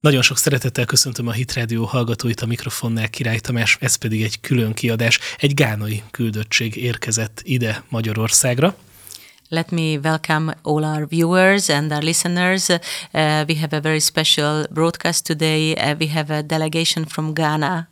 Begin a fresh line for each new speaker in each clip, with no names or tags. Nagyon sok szeretettel köszöntöm a Hit Radio hallgatóit, a mikrofonnál Király Tamás, ez pedig egy külön kiadás. Egy gánai küldöttség érkezett ide Magyarországra.
Let me welcome all our viewers and our listeners. Uh, we have a very special broadcast today. Uh, we have a delegation from Ghana.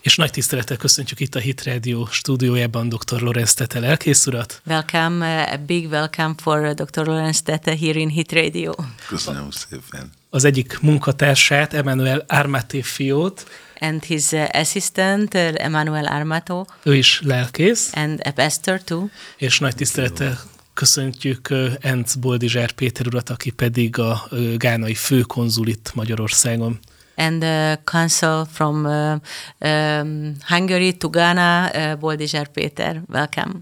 És nagy tisztelettel köszöntjük itt a Hit Radio stúdiójában dr. Lorenz Tete lelkészurat.
Welcome, uh, a big welcome for Dr. Lorenz Tete here in Hit Radio.
Köszönöm szépen.
Az egyik munkatársát, Emmanuel Armaté fiót.
And his uh, assistant, uh, Emmanuel Armato,
Ő is lelkész,
and a pastor too.
és nagy tisztelettel köszöntjük ö, Enc Boldizsár Péter urat, aki pedig a ö, gánai főkonzul itt Magyarországon.
And the consul from uh, um, Hungary to Ghana, uh, Boldizsár Péter, welcome.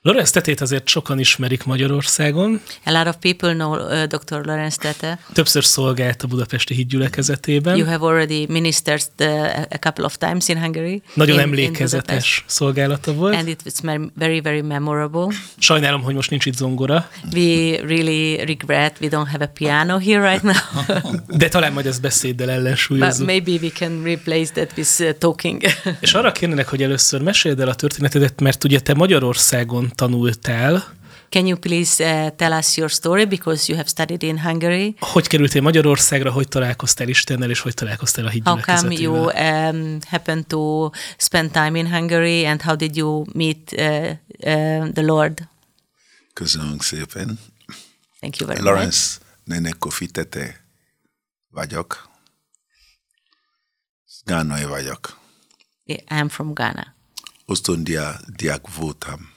Lorenz Tetét azért sokan ismerik Magyarországon.
A lot of people know uh, Dr. Lorenz Tete.
Többször szolgált a budapesti hídgyülekezetében.
You have already ministered uh, a couple of times in Hungary.
Nagyon
in, In Budapest.
emlékezetes szolgálata volt.
and it was mer- very, very memorable.
Sajnálom, hogy most nincs itt zongora,
We really regret we don't have a piano here right now,
de talán majd ezt beszéddel
but
ellensúlyozzuk.
maybe we can replace that with uh, talking.
És arra kérnélek, hogy először meséld el a történetedet, mert ugye te Magyarországon tanultál.
Can you please uh, tell us your story because you have studied in Hungary?
Hogy kerültél Magyarországra, hogy találkoztál Istennel, és hogy találkoztál a
How come you
hídgyülekezetével?
um, happened to spend time in Hungary and how did you meet uh, uh, the Lord?
Köszönöm szépen.
Thank you very much.
Lawrence Nene Kofi Tete vagyok. Gánai vagyok.
I'm from Ghana.
Osztondia diák voltam.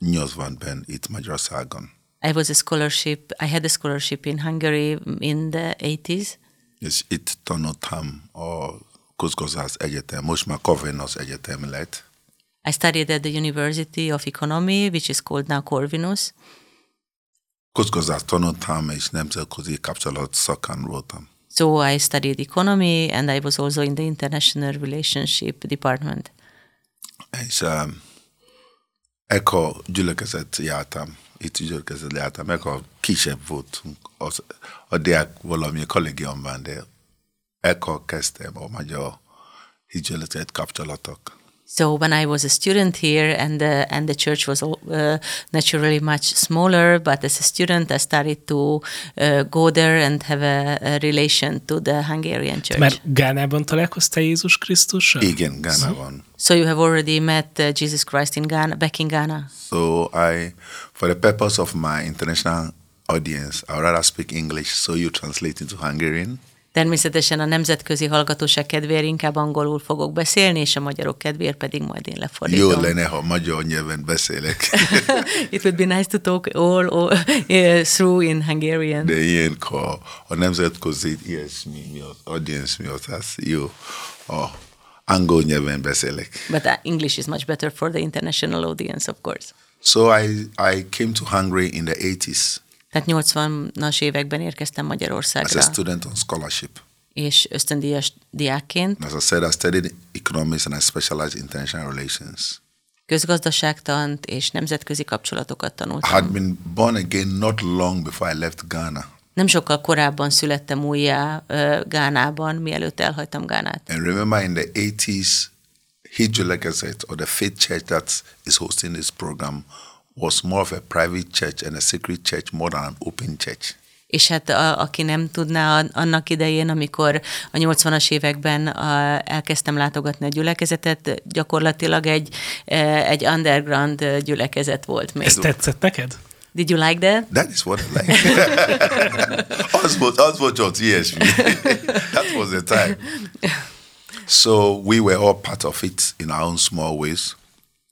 80-ben itt Magyarországon.
I was a scholarship. I had a scholarship in Hungary in the 80s.
És itt tanultam a Közgazdász Egyetem, most már Corvinus Egyetem lett.
I studied at the University of Economy, which is called now Corvinus.
Közgazdász tanultam, és nemzetközi kapcsolat szakán voltam.
So I studied economy and I was also in the international relationship department.
És um, ekkor gyülekezet jártam, itt gyülekezet jártam, ekkor kisebb voltunk, az, a diák valami kollégiumban, de ekkor kezdtem a magyar gyülekezet kapcsolatok.
So when I was a student here and the, and the church was all, uh, naturally much smaller, but as a student I started to uh, go there and have a, a relation to the Hungarian church.
Már Gánában találkoztál Jézus Krisztussal?
Igen, Gánában.
so you have already met uh, Jesus Christ in Ghana, back in Ghana.
So I, for the purpose of my international audience, I rather speak English, so you translate into Hungarian.
Természetesen a nemzetközi hallgatóság kedvéért inkább angolul fogok beszélni, és a magyarok kedvéért pedig majd én
Jó
lefordítom.
lenne, ha magyar nyelven beszélek,
It would be nice to talk all, all eh, through in Hungarian.
de ilyenkor a nemzetközi ilyesmi miatt, audience miatt, az jó, a angol nyelven beszélek.
But uh, English is much better for the international audience, of course.
So I, I came to Hungary in the 80s
Tehát 80-as években érkeztem
as
Magyarországra,
a student on scholarship.
és ösztöndíjas diákként,
And As I said, I studied economics and I specialized in international relations.
közgazdaságtant és nemzetközi kapcsolatokat
I
tanultam.
had been born again not long before I left Ghana
Nem sokkal korábban születtem újjá ö, Gánában, mielőtt elhagytam Gánát.
And remember in the 80s, Hijula Gazette or the faith church that is hosting this program was more of a private church and a secret church more than an open church.
És hát a, aki nem tudná, a- annak idején, amikor a 80-as években a, elkezdtem látogatni a gyülekezetet, gyakorlatilag egy, eh, egy underground eh, gyülekezet volt még.
Ez tetszett neked?
Did you like that?
That is what I like. Oswald, Oswald George, yes. that was the time. So we were all part of it in our own small ways.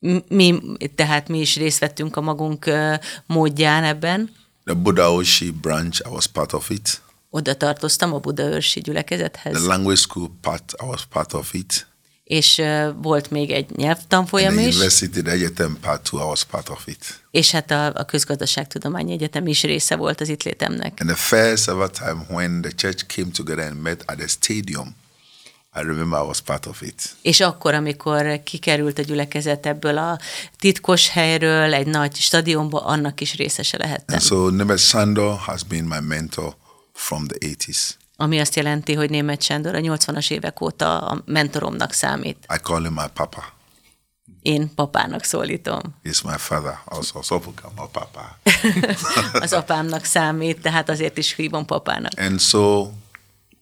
M- Mi, tehát mi is részt vettünk a magunk eh, módján ebben.
The Buddha Oshi branch, I was part of it.
Oda tartoztam a Budaörsi
The
gyülekezethez,
language school part, I was part of it.
és eh, volt még egy
And
nyelvtanfolyam
the
is,
university, the Yetem part two, I was part of it.
és hát a, a Közgazdaságtudományi Egyetem is része volt az itt létemnek.
And the first ever time when the church came together and met at the stadium, I remember I was part of it.
És akkor, amikor kikerült a gyülekezet ebből a titkos helyről, egy nagy stadionba, annak is részese lehettem.
And so Nebe Sando has been my mentor from the 80s.
ami azt jelenti, hogy német Sándor a 80-as évek óta a mentoromnak számít.
I call him my papa.
Én papának szólítom.
He's my father also. So become my papa.
Az apámnak számít, tehát azért is hívom papának.
And so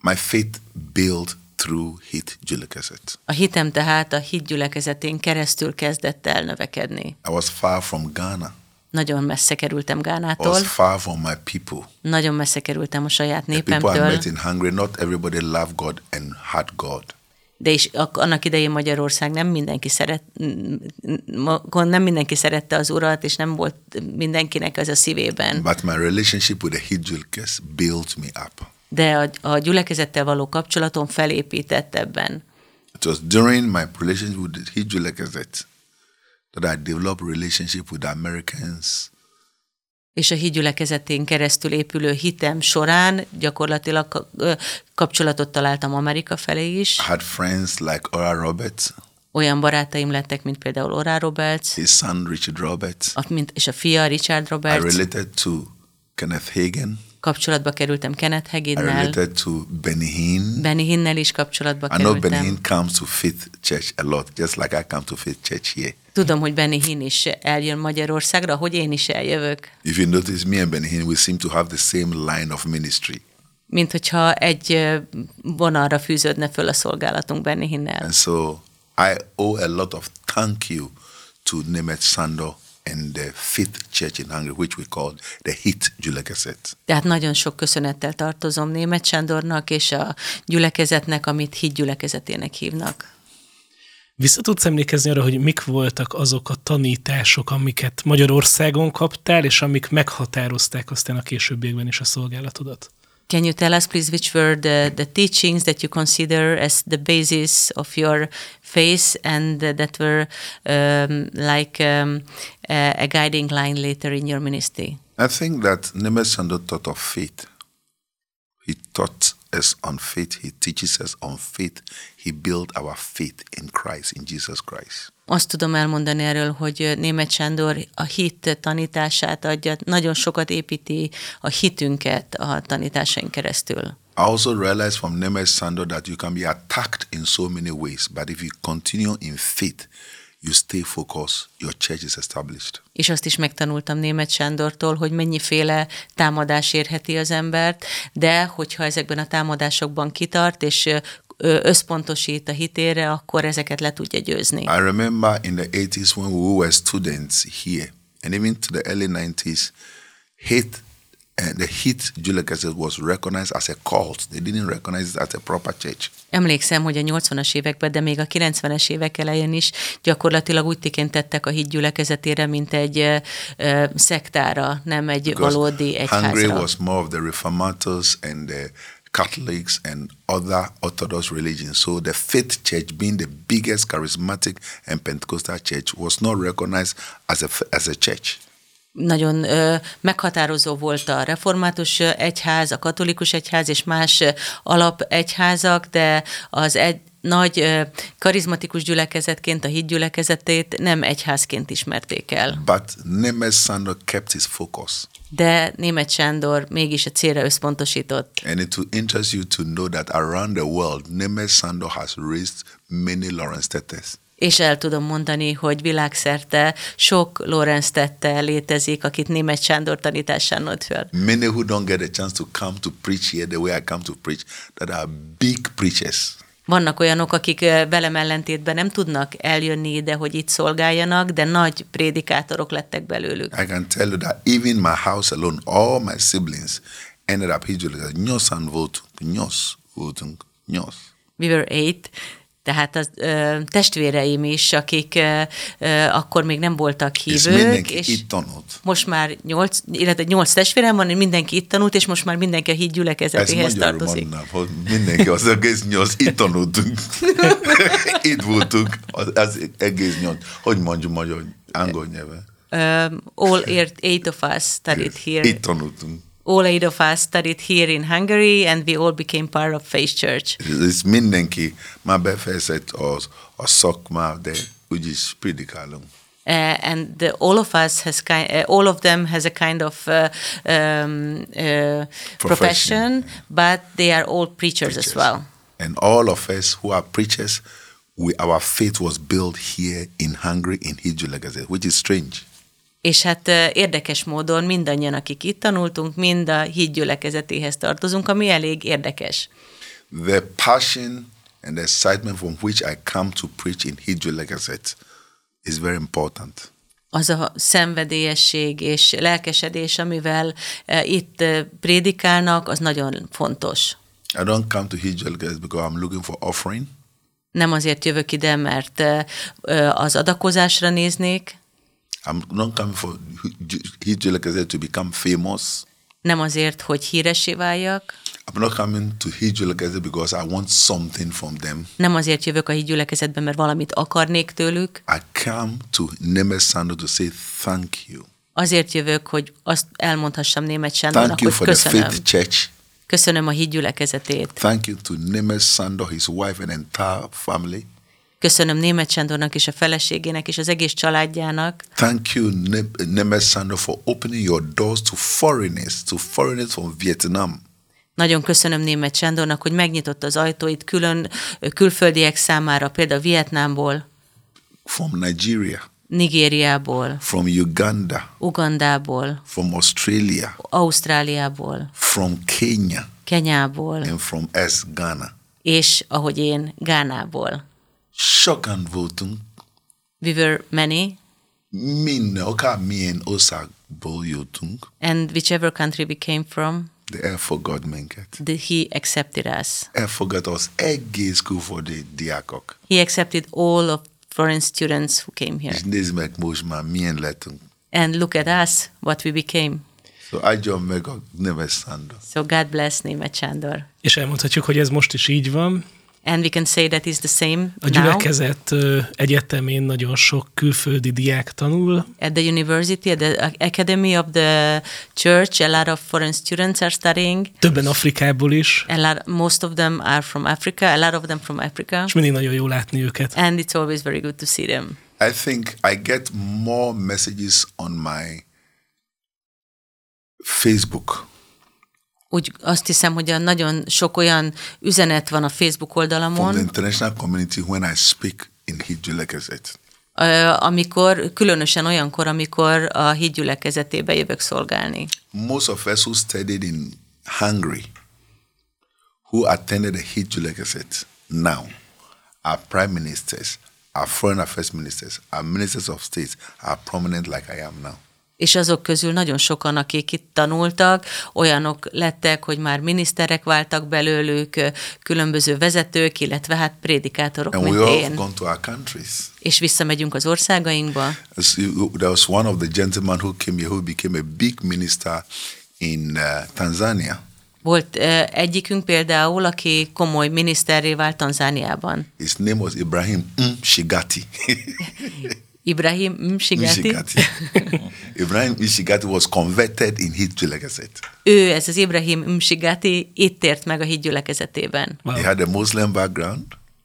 my faith built through Hit Julekazet.
A hitem tehát a hídgyülekezetén keresztül kezdett el növekedni.
I was far from Ghana.
Nagyon messze kerültem
I
Gánától,
was far from my people.
nagyon messze kerültem a saját
The people I
népemtől,
met in Hungary, not everybody loved God and had God.
de is ak- annak idején Magyarország nem mindenki szeret, m- m- nem mindenki szerette az urat, és nem volt mindenkinek ez a szívében.
But my relationship with the Hit Julekaz built me up.
De a, a gyülekezettel való kapcsolatom felépített ebben.
It was during my relationship with the Hit Julekazet that I developed relationship with the Americans.
és a hídgyülekezetén keresztül épülő hitem során gyakorlatilag ka- ö, kapcsolatot találtam Amerika felé is.
I had friends like Ora Roberts,
Olyan barátaim lettek, mint például Orá Roberts,
his son Richard Roberts.
a- mint, és a fia Richard
I
Roberts.
related to Kenneth Hagen.
Kapcsolatba kerültem Kenneth
I
Haginnel,
related to Benny Hinn.
Benny Hinnel is kapcsolatba
I know Benny
kerültem.
Hinn comes to Faith Church a lot, just like I come to Faith Church here.
Tudom, hogy Benny Hinn is eljön Magyarországra, hogy én is eljövök.
If you notice, me and Benny Hinn, we seem to have the same line of ministry.
Mint hogyha egy ö, vonalra fűződne föl a szolgálatunk Benny Hinnel.
And so I owe a lot of thank you to Nemeth Sando and the Faith Church in Hungary, which we call the HIT Julekazet.
Tehát nagyon sok köszönettel tartozom német Sándornak és a gyülekezetnek, amit híd gyülekezetének hívnak.
Vissza tudsz emlékezni arra, hogy mik voltak azok a tanítások, amiket Magyarországon kaptál, és amik meghatározták aztán a későbbiekben is a szolgálatodat?
Can you tell us please which were the, the teachings that you consider as the basis of your faith and that were um, like um, a a guiding line later in your ministry?
I think that Nemeth Sando taught of faith. He taught us on faith. He teaches us on faith. He built our faith in Christ, in Jesus Christ.
Azt tudom elmondani erről, hogy német Sándor a hit tanítását adja, nagyon sokat építi a hitünket a tanításaink keresztül.
I also realized from Nemes Sando that you can be attacked in so many ways, but if you continue in faith, you stay focused, your church is established.
És azt is megtanultam német Sándortól, hogy mennyiféle támadás érheti az embert, de hogyha ezekben a támadásokban kitart, és ö, ö, összpontosít a hitére, akkor ezeket le tudja győzni.
I remember in the 80s when we were students here, and even to the early 90s, hate and the hit Julia Cassette was recognized as a cult. They didn't recognize it as a proper church.
Emlékszem, hogy a 80-as években, de még a 90-es évek elején is gyakorlatilag úgy tekintettek a híd gyülekezetére, mint egy ö, ö, szektára, nem egy
Because
valódi
Hungary
egyházra.
was more of the reformators and the Catholics and other Orthodox religions. So the faith church, being the biggest charismatic and Pentecostal church, was not recognized as a as a church.
nagyon ö, meghatározó volt a református ö, egyház, a katolikus egyház és más ö, alapegyházak, de az egy nagy ö, karizmatikus gyülekezetként, a hídgyülekezetét nem egyházként ismerték el.
But Nemes Sando kept his focus.
De német Sándor mégis a célra összpontosított.
And it will interest you to know that around the world, Nemes Sando has raised many Lawrence Tetes.
És el tudom mondani, hogy világszerte sok Lorenz tette létezik, akit német Sándor tanításán nőtt föl.
Many who don't get a chance to come to preach here the way I come to preach, that are big preachers.
Vannak olyanok, akik ö, velem ellentétben nem tudnak eljönni ide, hogy itt szolgáljanak, de nagy prédikátorok lettek belőlük.
I can tell you that even my house alone, all my siblings ended up hijulika. Nyos and voltunk, nyos, voltunk, nyos.
We were eight, tehát az ö, testvéreim is, akik ö, ö, akkor még nem voltak
És
hívők,
mindenki
és
itt tanult.
most már nyolc, illetve nyolc testvérem van, és mindenki itt tanult, és most már mindenki a híd
Ez
gyülekezetéhez
magyarul
tartozik.
mondanám, hogy mindenki az egész nyolc, itt tanultunk. itt voltunk, az, az egész nyolc. Hogy mondjuk magyar, angol nyelven?
Um, all eight, eight of us studied here.
Itt tanultunk.
All eight of us studied here in Hungary, and we all became part of Faith Church.
Ez mindenki, már befejezett az, a szakmát, de úgyis prédikálunk.
uh, and the, all of us has kind, uh, all of them has a kind of uh, um, uh, profession,
Profession,
but they are all preachers, as
Preachers.
well.
And all of us who are preachers, we, our faith was built here in Hungary in Hijjulegazet, which is strange.
És hát ö, érdekes módon mindannyian, akik itt tanultunk, mind a hídgyülekezetéhez tartozunk, ami elég érdekes.
The passion and the excitement from which I come to preach in Hijjulegazet is very important.
Az a szenvedélyesség és lelkesedés, amivel ö, itt ö, prédikálnak, az nagyon fontos.
I don't come to Hijjulegazet because I'm looking for offering.
Nem azért jövök ide, mert ö, ö, az adakozásra néznék,
I'm not coming for Hijjulegazet to become famous.
nem azért, hogy híressé váljak,
I'm not coming to Hijjulegazet because I want something from them.
nem azért jövök a hídgyülekezetbe, mert valamit akarnék tőlük,
I come to Nemesando to say thank you.
azért jövök, hogy azt elmondhassam német Sándornak,
Thank you
hogy
for the
köszönöm.
Faith Church.
Köszönöm a hídgyülekezetét.
Thank you to Nemes Sando, his wife, and entire family.
Köszönöm Németh Sándornak és a feleségének és az egész családjának.
Thank you, Ne- Nemes Sando, for opening your doors to foreigners, to foreigners from Vietnam.
Nagyon köszönöm Németh Sándornak, hogy megnyitotta az ajtóit külön ö, külföldiek számára, például Vietnámból,
From Nigeria,
Nigériából,
from Uganda,
Ugandából,
from Australia,
Ausztráliából,
from Kenya,
Kenyából,
and from S. Ghana.
és ahogy én, Gánából.
Shock and voting.
We were many,
Min oka mi en osa boyotung.
and whichever country we came from,
The air forgot menket.
the, he accepted us.
Air forgot us egg school for the diakok.
He accepted all of foreign students who came here.
Jnes mek mojma mi en letung.
And look at us, what we became.
So I just make a never stand up.
So God bless Németh Sándor.
És elmondhatjuk, hogy ez most is így van.
And we can say that is the same
A
now
gyülekezet ö, egyetemén nagyon sok külföldi diák tanul,
at the university, at the ac- academy of the church. A lot of foreign students are studying.
többen Afrikából is,
A lot, most of them are from Africa. A lot of them from Africa.
és mindig nagyon jó látni őket.
And it's always very good to see them.
I think I get more messages on my Facebook
Úgy azt hiszem, hogy a nagyon sok olyan üzenet van a Facebook
from the
oldalamon,
international community when I speak in Hebrew, like I said.
ö, amikor, különösen olyankor, amikor a hídgyülekezetébe jövök szolgálni.
Most of us who studied in Hungary, who attended the Hebrew, like I said, now are prime ministers, are foreign affairs ministers, are ministers of state, are prominent like I am now.
És azok közül nagyon sokan, akik itt tanultak, olyanok lettek, hogy már miniszterek váltak belőlük, ö, különböző vezetők, illetve hát prédikátorok,
And we
mint
all
én.
have gone to our countries.
És visszamegyünk az országainkba.
As you- There was one of the gentlemen who came here who became a big minister in uh, Tanzania.
Volt ö, egyikünk például, aki komoly miniszterré vált Tanzániában.
His name was Ibrahim M. Shigati.
Ibrahim Msigeti.
Mshigati. Ibrahim Ishigati was converted in Hitler, like I said.
Ő, ez az Ibrahim Msigeti, itt ért meg a hídgyülekezetében.
Wow.
He had a Muslim background.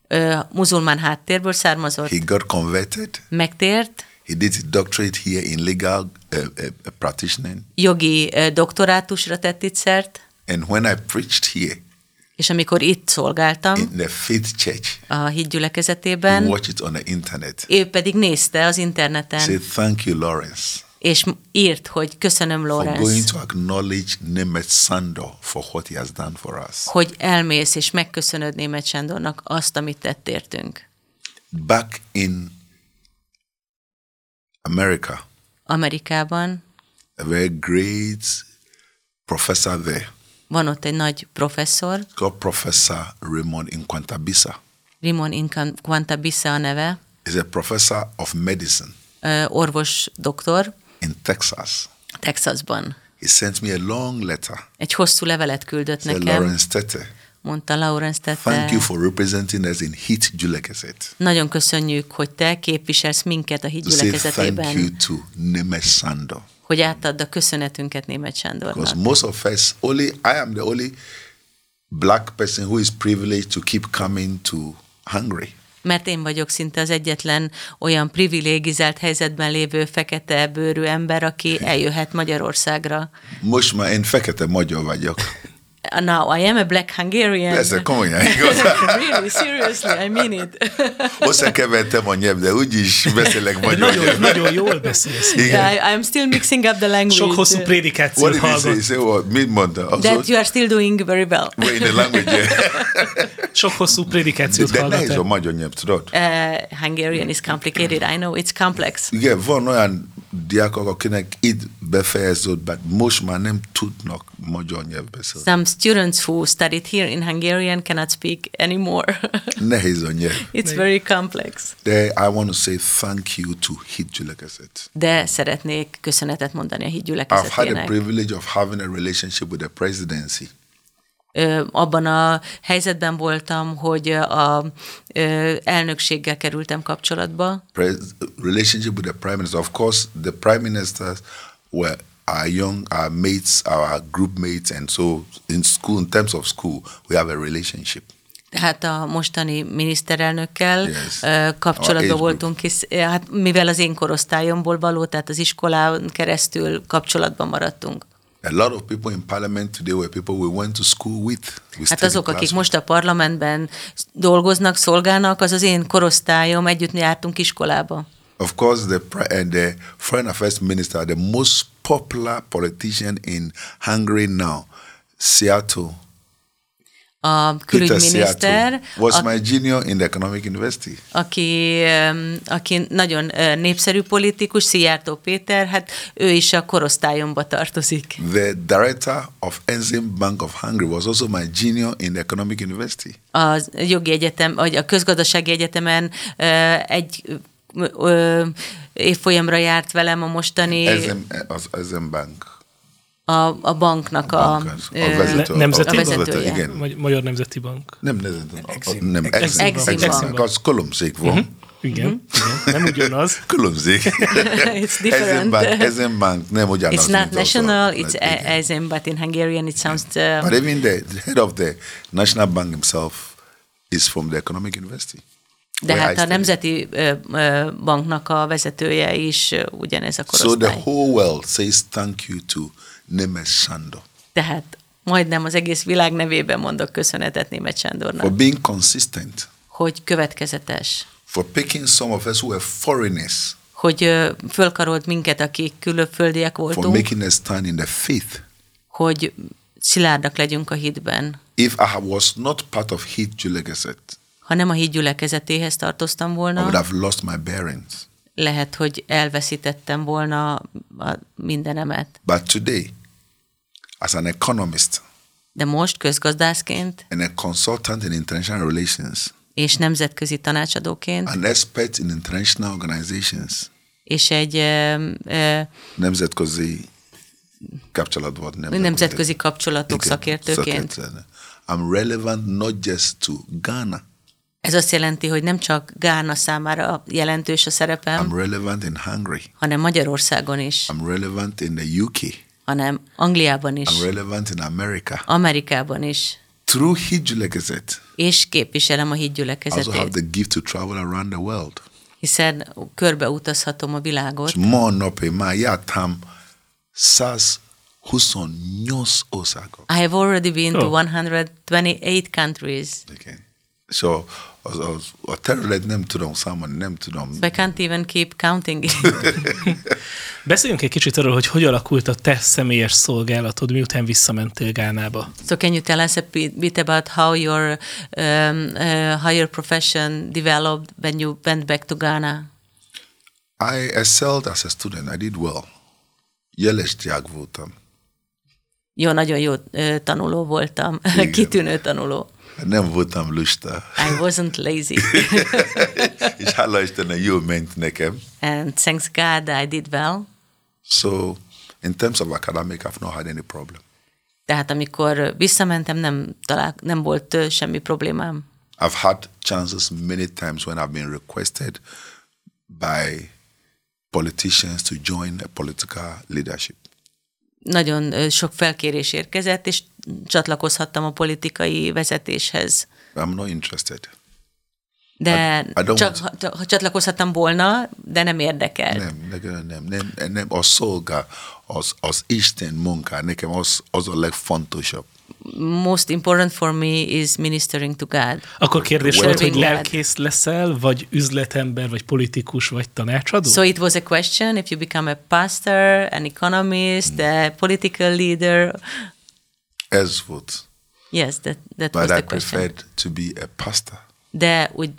Ö, muzulmán háttérből származott,
He got converted.
megtért,
He did his doctorate here in legal uh, uh, practitioning.
jogi ö, doktorátusra tett itt szert,
And when I preached here
és amikor itt szolgáltam,
in the Faith Church,
a
you
hídgyülekezetében,
watch it on the internet.
ő pedig nézte az interneten,
Say thank you, Lawrence.
és m- írt, hogy köszönöm,
for going
Lawrence,
to acknowledge Nemeth Sandor for what he has done for us.
hogy elmész és megköszönöd Németh Sándornak azt, amit tett értünk.
Back in America,
Amerikában
a very great professor there
van ott egy nagy professzor,
called Professor Raymond Inquantabisa.
Rimon Inkan Quantabissa a neve,
He's a professor of medicine
ö, orvos doktor
in Texas.
Texasban.
He sent me a long letter.
Egy hosszú levelet küldött
Said,
nekem,
Lawrence Tete,
mondta Lawrence
thank you
Tette.
for representing us in Heat Julegazet.
Nagyon köszönjük, hogy te képviselsz minket a
To say thank you
hídgyülekezetében,
to Nemeth Sandor.
hogy átadd a köszönetünket Németh Sándornak.
Because most of us, only I am the only black person who is privileged to keep coming to Hungary.
mert én vagyok szinte az egyetlen olyan privilégizált helyzetben lévő fekete bőrű ember, aki eljöhet Magyarországra.
Most már én fekete magyar vagyok.
Now I am a black Hungarian.
Persze, komolyan, igaz?
really, seriously, I mean it.
Összekevertem a nyelv, de úgyis beszélek
De
magyar.
nagyon, nagyon jól beszélsz.
Igen. Szóval-
I, I'm still mixing up the language.
Sok hosszú
What
prédikációt
did he say?
hallgat,
Say what? Mit mondta? Also,
That you are still doing very well.
we're in the language.
sok hosszú prédikációt
De
hallgat.
nehéz a
el.
magyar nyelv, tudod?
Uh, Hungarian is complicated, I know, it's complex.
Igen, van olyan diákok, akinek itt befejeződött, most már nem tudnak magyar nyelv beszélni.
Some students who studied here in Hungarian cannot speak anymore.
Nehéz a nyelv.
it's very complex.
De I want to say thank you to Hit Gyülekezet.
De szeretnék köszönetet mondani a
I've had the
hídgyülekezetének.
privilege of having a relationship with the presidency.
Ö, abban a helyzetben voltam, hogy a ö, elnökséggel kerültem kapcsolatba.
Pres- relationship with the prime minister. Of course, the prime ministers were our young, our mates, our group mates, and so in school, in terms of school, we have a relationship.
Tehát Hát a mostani miniszterelnökkel
Yes.
yes.
Our age
kapcsolatban
group.
voltunk, hisz, ö, hát mivel az én korosztályomból való, tehát az iskolán keresztül kapcsolatban maradtunk.
A lot of people in parliament today were people we went to school with. We
Hát
stayed in
azok, akik
class
most a parlamentben dolgoznak, szolgálnak, az az én korosztályom, együtt jártunk iskolába.
Of course, the pre- and the foreign affairs minister, the most popular politician in Hungary now, Seattle.
A
Peter
külügyminiszter,
Seattle was
a-
my junior in the economic university.
aki, öm, aki nagyon ö, népszerű politikus, Szijjártó Péter, hát ő is a korosztályomba tartozik.
The director of Enzyme Bank of Hungary was also my junior in the economic university.
A jogi egyetem, vagy a közgazdasági egyetemen ö, egy ö, ö, évfolyamra járt velem a mostani,
Enzyme, az Enzyme eh, Bank.
a, a banknak a...
Bank az-
ö,
vezető-
nemzeti?
a vezető,
A vezetője.
igen.
Magy- Magyar Nemzeti Bank.
Nem, nem,
Exim.
nem,
Exim
Exim,
Bank. Mhm. Exim
Exim,
Bank.
az különbség van.
Igen, igen, nem ugyanaz.
Különbség.
It's different.
Exim Bank, Exim Bank nem ugyanaz.
It's
mint
not
Hát az
national,
a- hát
it's
igen.
Eisen, but in Hungarian it sounds... Uh,
But even the, the head of the National Bank himself is from the Economic University.
de
where I
hát a
studied.
Nemzeti ö, ö, Banknak a vezetője is ö, ugyanez a
So the
korosztály.
whole world says thank you to Nemes Sando
Tehát majdnem az egész világ nevében mondok köszönetet Németh Sándornak,
for being consistent,
hogy következetes,
for picking some of us who are foreigners,
hogy ö, fölkarolt minket, akik külföldiek
for
voltunk,
making us stand in the faith.
hogy szilárdak legyünk a hitben.
If I was not part of Heath Julegeset,
Ha nem a híd gyülekezetéhez tartoztam
I would
volna,
have lost my bearings.
lehet, hogy elveszítettem volna a mindenemet.
But today, as an economist
De most közgazdászként
and a consultant in international relations,
és nemzetközi tanácsadóként,
an expert in international organizations,
és egy ö, ö,
nemzetközi kapcsolatban.
nemzetközi kapcsolatok szakértőként.
szakértőként. I'm relevant not just to Ghana.
Ez azt jelenti, hogy nem csak Gána számára jelentős a szerepem,
I'm relevant in Hungary.
hanem Magyarországon is,
I'm relevant in the UK.
hanem Angliában is,
I'm relevant in America.
Amerikában is,
Through Hijula Gazette,
és képviselem a
I also have
hídgyülekezetét,
the gift to travel around the world.
hiszen körbeutazhatom a világot.
More nope ma yatam sas huson nyos osago.
I have already been to
Ó.
128 countries.
Okay. So az az a terület nem tudom számolni, nem tudom.
I can't even keep counting.
Beszéljünk egy kicsit arról, hogy hogy alakult a te személyes szolgálatod, miután visszamentél Gánába.
so can you tell us a bit bit about how your um, uh, how your profession developed when you went back to Ghana?
I excelled as a student. I did well. Jeles diák voltam.
Jó, nagyon jó ö, tanuló voltam,
Igen.
kitűnő tanuló.
Nem voltam lusta.
I wasn't lazy,
És hála Istennek jó ment nekem.
and thanks God I did well.
So, in terms of academic, I've not had any problem.
Tehát amikor visszamentem, nem, talál, nem volt ö, semmi problémám.
I've had chances many times when I've been requested by politicians to join a political leadership.
Nagyon ö, sok felkérés érkezett, és csatlakozhattam a politikai vezetéshez.
I'm not interested.
De
Hát, I don't
csak, ha, ha csatlakozhattam volna, de nem érdekel.
Nem, nekem nem, nem, nem, a szolga, az, az Isten munka, nekem az, az a legfontosabb.
Most important for me is ministering to God.
Akkor kérdés
Well-
volt, hogy
Serving God.
lelkész leszel, vagy üzletember, vagy politikus, vagy tanácsadó?
So it was a question if you become a pastor, an economist,
Mm.
a political leader.
Ez volt.
Yes, that, that was
But
the
I
question.
preferred to be a pastor.
De úgy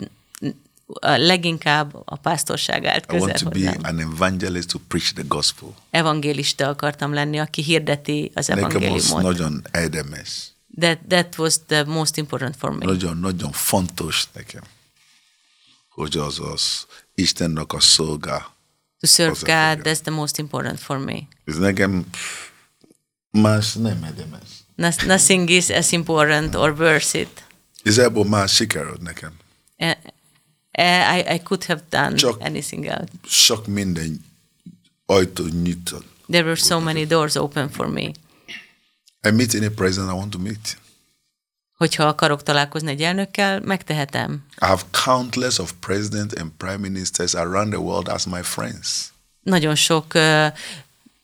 a leginkább a pásztorság állt
I want
közel
to be
hozzám.
an evangelist to preach the gospel.
Evangélista akartam lenni, aki hirdeti az
Nekem az
evangéliumot.
nagyon érdemes.
That, that was the most important for me.
Nagyon, nagyon fontos nekem, hogy az az Istennek a szolga.
To serve
az a
God,
fő.
that's the most important for me.
Ez nekem pff, más nem érdemes.
Nos- Nothing is as important or worth it.
Ezzel más sikerült nekem.
Eh, eh, I, I could have done
Csak-
anything else.
Sok minden ajtó nyitott.
There were so many doors open for me.
I meet any president I want to meet.
Hogyha akarok találkozni egy elnökkel, megtehetem.
I have countless of presidents and prime ministers around the world as my friends.
Nagyon sok ö,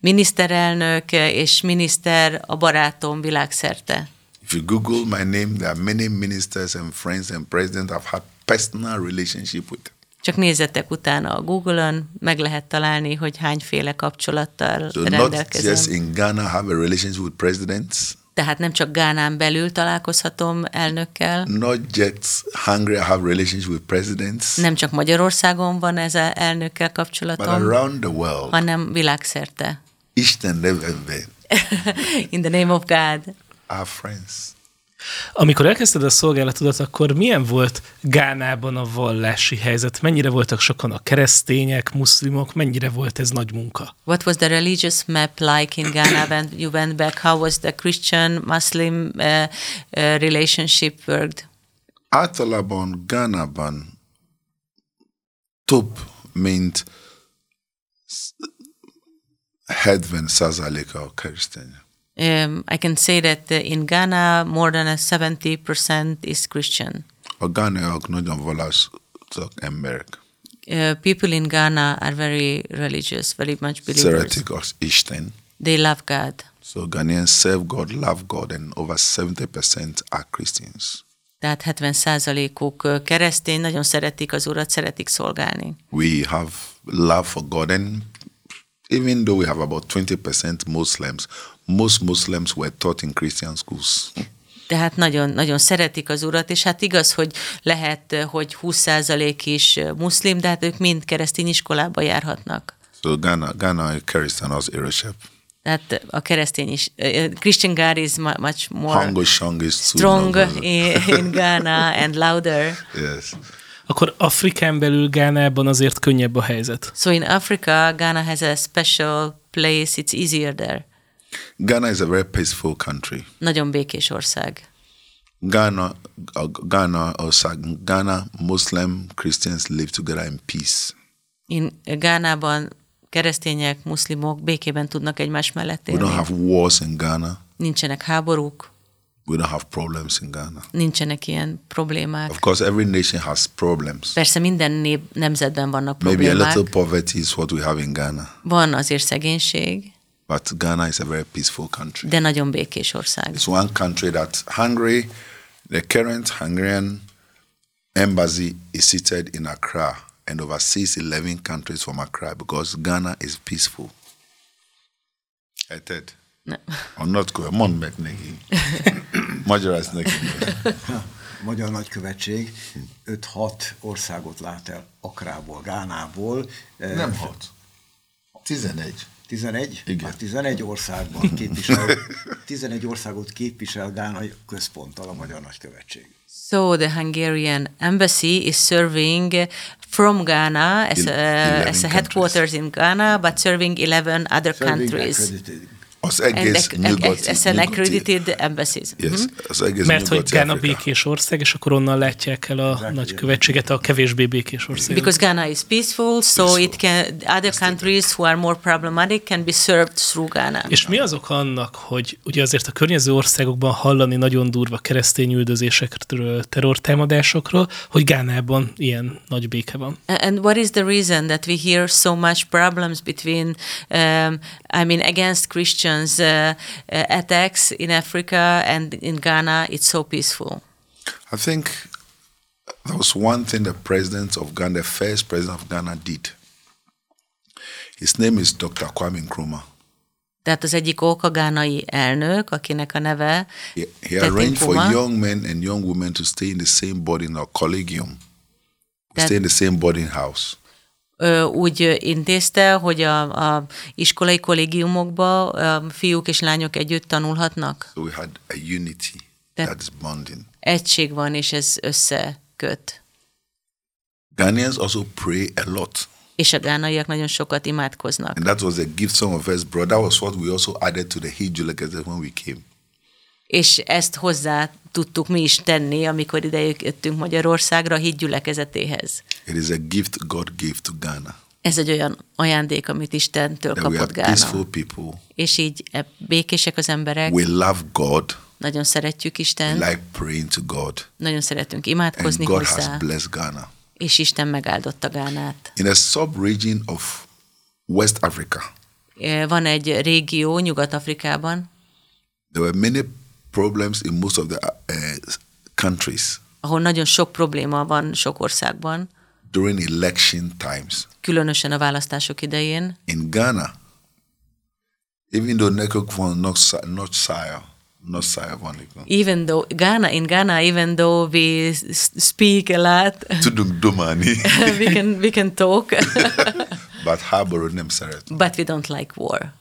miniszterelnök és miniszter a barátom világszerte.
If you Google my name, there are many ministers and friends and presidents I've had personal relationship with.
Csak nézzetek utána a Google-on, meg lehet találni, hogy hányféle kapcsolattal
So not
rendelkezem.
just in Ghana I have a relationship with presidents,
Tehát nem csak Gánán belül találkozhatom elnökkel,
not just Hungary I have relationship with presidents,
nem csak Magyarországon van ez a elnökkel
but
kapcsolatom,
around the world,
hanem világszerte.
each and every day,
In the name of God.
I have friends.
Amikor elkezdted a szolgálatodat, akkor milyen volt Gánában a vallási helyzet? Mennyire voltak sokan a keresztények, muszlimok? Mennyire volt ez nagy munka?
What was the religious map like in Ghana when you went back? How was the Christian-Muslim uh, uh, relationship worked?
Atalaban, Ghanaban, top mint s- 70 százaléka a keresztény.
Um, I can say that uh, in Ghana, more than a 70% is Christian.
A ghanaiak nagyon vallásos emberek.
Uh, people in Ghana are very religious, very much believers.
Szeretik az Isten.
They love God.
So Ghanaians serve God, love God, and over 70% are Christians.
Tehát 70%-uk ö, keresztény, nagyon szeretik az Urat, szeretik szolgálni.
We have love for God, and even though we have about 20% Muslims, most Muslims were taught in Christian schools.
Tehát nagyon, nagyon szeretik az Urat, és hát igaz, hogy lehet, ö, hogy 20% is ö, muszlim, de hát ők mind keresztény iskolába járhatnak.
So Ghana, Ghana carries on us leadership.
Tehát ö, Hát a keresztény is. ö, ö, Christian God is mu- much more
Hongo Shong is too
strong
normal.
in, in Ghana and louder.
Yes.
Akkor Afrikán belül Gánában azért könnyebb a helyzet.
So in Africa, Ghana has a special place, it's easier there.
Ghana is a very peaceful country.
Nagyon békés ország.
Ghana, uh, Ghana, also Ghana, Muslim Christians live together in peace.
In Gánában keresztények, muszlimok békében tudnak egymás mellett
We don't
élni.
have wars in Ghana.
Nincsenek háborúk,
We don't have problems in Ghana.
nincsenek ilyen problémák.
Of course, every nation has problems.
Persze minden nép, nemzetben vannak
Maybe a
problémák.
little poverty is what we have in Ghana,
Van azért szegénység,
but Ghana is a very peaceful country.
de nagyon békés ország.
It's one country that Hungary, the current Hungarian embassy is seated in Accra and oversees 11 countries from Accra because Ghana is peaceful. I said,
Ne-
I'm not going, I'm on Meknegi. Magyaráz neki.
Magyar Nagykövetség 5-6 országot lát el Akrából, Gánából. Eh,
Nem hat. 11.
11?
Igen.
Már 11 Hát országban képvisel, 11 országot képvisel Gána központtal a Magyar Nagykövetség.
So the Hungarian embassy is serving from Ghana as
Il-
a,
11
as a
countries.
headquarters in Ghana, but serving 11 other
Serving
countries.
accredited
Az egész
Endec-
nyugati...
ex- and
nyugati
accredited embassies. Mm-hmm.
yes, az egész
Mert hogy
nyugati
Gána
Afrika.
békés ország, és akkor onnan látják el a nagykövetséget a kevésbé békés országok.
Because Ghana is peaceful, so it can other countries who are more problematic can be served through Ghana.
És mi azok annak, hogy ugye azért a környező országokban hallani nagyon durva keresztény üldözésekről, terrortámadásokról, hogy Gánában ilyen nagy béke van.
A- And what is the reason that we hear so much problems between, um, I mean, against Christians uh, uh, attacks in Africa and in Ghana? It's so peaceful.
I think there was one thing the president of Ghana, the first president of Ghana, did. His name is Dr. Kwame Nkrumah.
Tehát az egyik ok a gánai elnök, akinek a neve
He, he
Kwame
arranged for
Nkrumah.
young men and young women to stay in the same boarding or collegium,
That-
stay in the same boarding house.
ö, úgy ö, intézte, hogy a, a iskolai kollégiumokba ö, fiúk és lányok együtt tanulhatnak.
So we had a unity
That-
that is bonding.
Egység van, és ez összeköt.
Ghanaians also pray a lot.
És a gánaiak nagyon sokat imádkoznak.
And that was a gift some of us brought. That was what we also added to the Hijula Gazette when we came.
És ezt hozzá tudtuk mi is tenni, amikor ide jöttünk Magyarországra a híd gyülekezetéhez.
It is a gift God gave to Ghana.
Ez egy olyan ajándék, amit Istentől
That we are
kapott Gána.
peaceful people.
És így e, békések az emberek,
We love God.
nagyon szeretjük
We
Istent,
like praying to God.
nagyon szeretünk
And
imádkozni
God
hozzá,
has blessed Ghana.
és Isten megáldotta Gánát.
In a sub region of West Africa,
Ö, E, Van egy régió Nyugat-Afrikában,
there were many problems in most of the uh, uh, countries
ahol nagyon sok probléma van sok országban,
during election times.
különösen a választások idején.
in Ghana, even though Nekok von not si- not sire, not sire von Nekok.
Even though Ghana, in Ghana, even though we s- speak a lot,
Tudum Dumani,
we can we can talk,
but harbor name Seret
but we don't like war.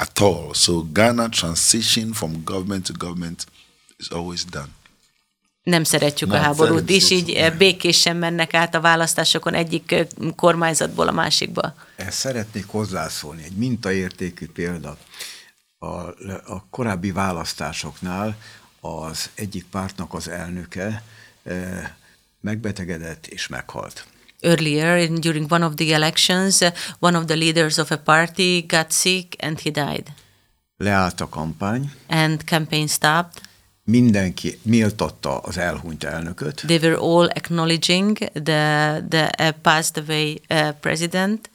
at all. So Ghana transition from government to government is always done.
Nem szeretjük
Nem
a háborút,
szeretjük.
és így eh, békésen mennek át a választásokon egyik eh, kormányzatból a másikba.
Ezt szeretnék hozzászólni, egy mintaértékű példa. A, a korábbi választásoknál az egyik pártnak az elnöke eh, megbetegedett és meghalt.
Earlier, in, during one of the elections, eh, one of the leaders of a party got sick and he died.
Leállt a kampány,
And campaign stopped.
mindenki méltatta az elhunyt elnököt,
They were all acknowledging the the eh, passed away eh, president.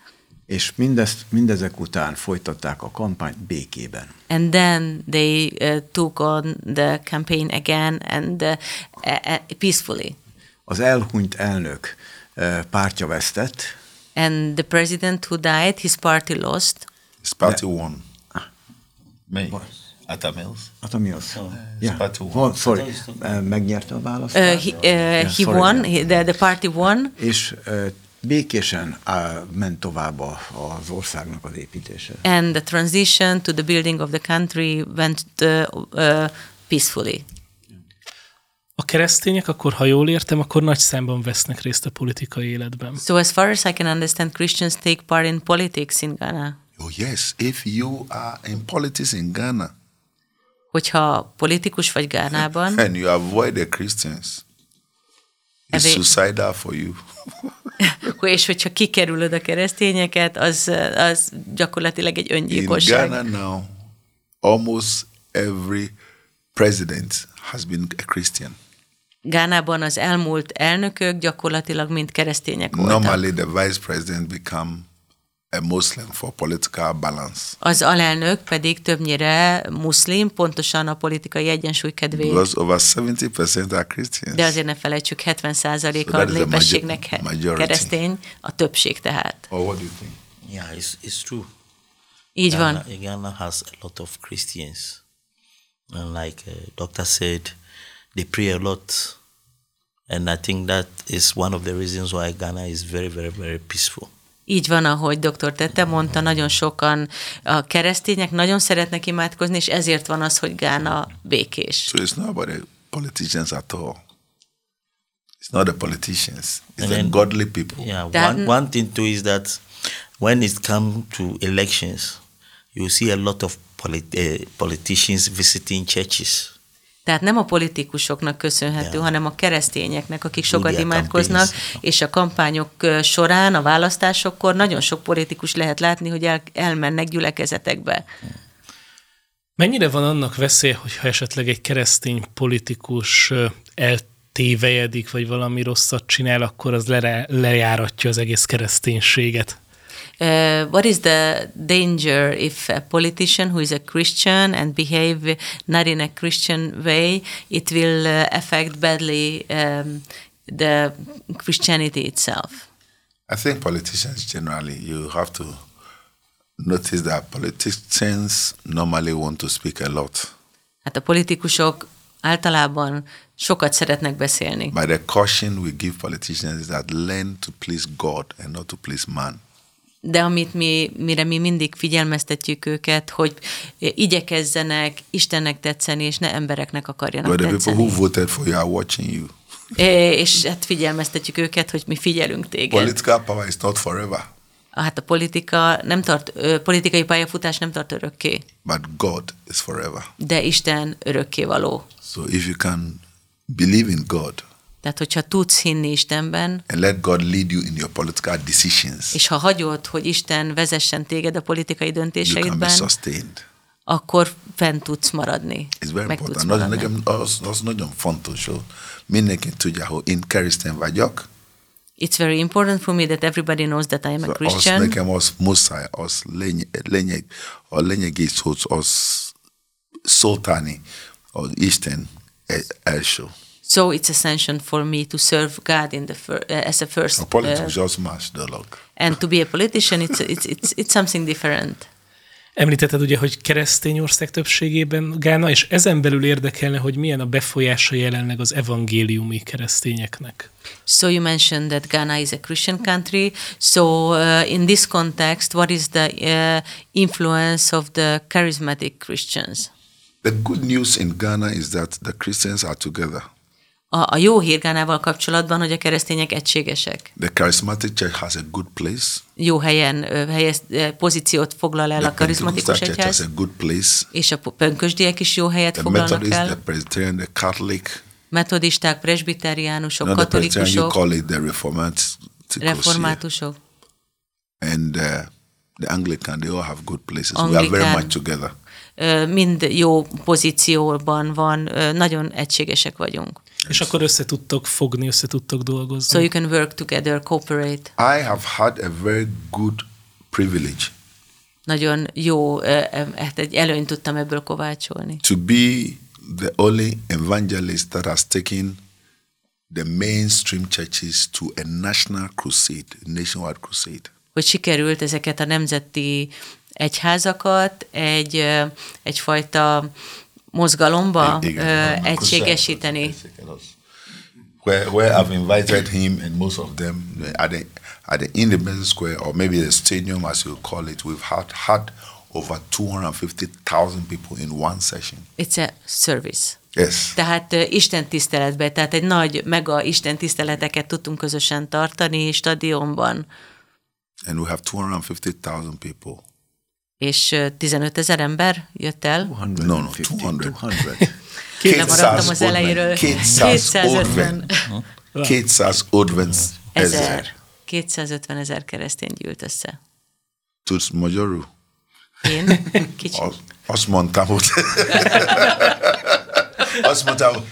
és mindezt, mindezek után folytatták a kampányt békében.
And then they uh, took on the campaign again and uh, uh, uh, peacefully.
Az elhunyt elnök eh, pártja vesztett,
And the president who died, his party lost.
It's party one.
Me.
What?
At the mills.
Hát ami az?
Szapatú.
Oh, sorry, eh, megnyerte a
Uh,
választást.
he uh, he
sorry,
won.
yeah.
He, the, the party won,
És eh, békésen á, ment tovább a- az országnak az építése.
and the transition to the building of the country went uh, uh, peacefully.
A keresztények akkor, ha jól értem, akkor nagy számban vesznek részt a politikai életben.
So, as far as I can understand, Christians take part in politics in Ghana.
Oh yes, if you are in politics in Ghana
Hogyha politikus vagy Gánában,
and you avoid the Christians, it's
Have it-
suicidal for you.
és hogyha kikerülöd a keresztényeket, az, uh, az gyakorlatilag egy
In
öngyilkosság.
Ghana now, almost every president has been a Christian.
Gánában az elmúlt elnökök gyakorlatilag mind keresztények voltak.
Normally, the vice president become a Muslim for political balance
Az alelnök pedig többnyire muszlim, pontosan a politikai egyensúly kedvéért.
because over seventy percent are Christians.
De azért ne felejtsük, 70%
So
a
that is the
népességnek
major- majority.
keresztény, a többség tehát.
Or what do you think?
Yeah, it's, it's true.
Így
Ghana,
van.
Ghana has a lot of Christians. And like uh, doctor said, they pray a lot. And I think that is one of the reasons why Ghana is very, very, very peaceful.
Így van, ahogy doktor Tette mondta, nagyon sokan a keresztények nagyon szeretnek imádkozni, és ezért van az, hogy Gána békés.
So it's not about the politicians at all. It's not the politicians. It's the
And then-
godly people.
Yeah.
That-
one, one thing too is that when it comes to elections, you see a lot of polit- uh, politicians visiting churches.
Tehát nem a politikusoknak köszönhető,
Ja.
hanem a keresztényeknek, akik
Do
sokat
their
imádkoznak,
campaigns.
és a kampányok ö, során, a választásokkor nagyon sok politikus lehet látni, hogy el, elmennek gyülekezetekbe.
Mennyire van annak veszély, hogyha esetleg egy keresztény politikus ö, eltévejedik, vagy valami rosszat csinál, akkor az lere, lejáratja az egész kereszténységet?
Uh, what is the danger if a politician who is a Christian and behave not in a Christian way, it will uh, affect badly um, the Christianity itself?
I think politicians generally, you have to notice that politicians normally want to speak a lot,
Hát a politikusok általában sokat szeretnek beszélni.
but the caution we give politicians is that learn to please God and not to please man.
De amit mi, mire mi mindig figyelmeztetjük őket, hogy eh, igyekezzenek Istennek tetszeni, és ne embereknek akarjanak
But the people
tetszeni.
who voted for you are watching you.
É, És hát figyelmeztetjük őket, hogy mi figyelünk téged.
Political power is not forever,
Hát a politika nem tart, ö, politikai pályafutás nem tart örökké,
but God is forever.
de Isten örökké való.
So if you can believe in God
Tehát, hogyha tudsz hinni Istenben,
and let God lead you in your political decisions,
és ha hagyod, hogy Isten vezessen téged a politikai
you can be
döntéseidben,
sustained.
akkor fent tudsz maradni.
It's very
meg tudsz
important. Az,
maradni.
nekem az, az nagyon fontos, hogy mindenki tudja, hogy én keresztény vagyok,
It's very important for me that everybody knows that I am a
de az
Christian.
Szóval nekem az muszáj, az lény- lényeg, a lényegés, hogy az szoltani, az Isten el- első.
So it's essential for me to serve God in the fir- eh, as a first
A
eh,
politics az más dolog.
and to be a politician it's it's it's it's something different.
Említetted ugye, hogy keresztény ország többségében Gána, és ezen belül érdekelne, hogy milyen a befolyása jelenleg az evangéliumi keresztényeknek.
So you mentioned that Ghana is a Christian country. So uh, in this context, what is the uh, influence of the charismatic Christians?
The good news in Ghana is that the Christians are together.
A, a jó hír Gánával kapcsolatban, hogy a keresztények egységesek.
The charismatic church has a good place.
Jó helyen ö, helyez, ö, pozíciót foglal el
The
a karizmatikus
Pentecostal church has
egyház,
a good place.
és a po- pünkösdiek is jó helyet
The
foglalnak
Methodist, the
el.
Presbyterian, the Catholic,
Metodisták, presbiteriánusok,
not the Presbyterian, you
katolikusok,
call it the Reformaticos. here.
reformátusok.
And uh, the Anglican, they all have good places. We are very
Anglican.
much together.
Ö, Mind jó pozícióban van, ö, nagyon egységesek vagyunk.
És akkor össze tudtok fogni, össze tudtok dolgozni.
So you can work together, cooperate.
I have had a very good privilege
Nagyon jó, ö, em, hát egy előnyt tudtam ebből kovácsolni.
to be the only evangelist that has taken the mainstream churches to a national crusade, nationwide crusade.
Hogy sikerült ezeket a nemzeti egyházakat egy, ö, egyfajta mozgalomba
Igen,
ö,
a crusade.
egységesíteni.
uh, Where, where I've invited him and most of them uh, at the, at the Independence Square or maybe the stadium as you call it, we've had, had over 250,000 people in one session.
It's a service.
Yes.
Tehát ö, Isten tiszteletbe, tehát egy nagy mega Isten tiszteleteket tudtunk közösen tartani stadionban,
And we have 250,000 people.
és ö, 15 ezer ember jött el.
250,
No, no, 200.
200.
Lemaradtam az
200
elejéről.
200 Oldven. 200 Oldven.
ezer. 250 ezer keresztény gyűlt össze.
Tudsz magyarul?
Én kicsit.
Az- Azt mondtam, hogy... Azt mondtam, hogy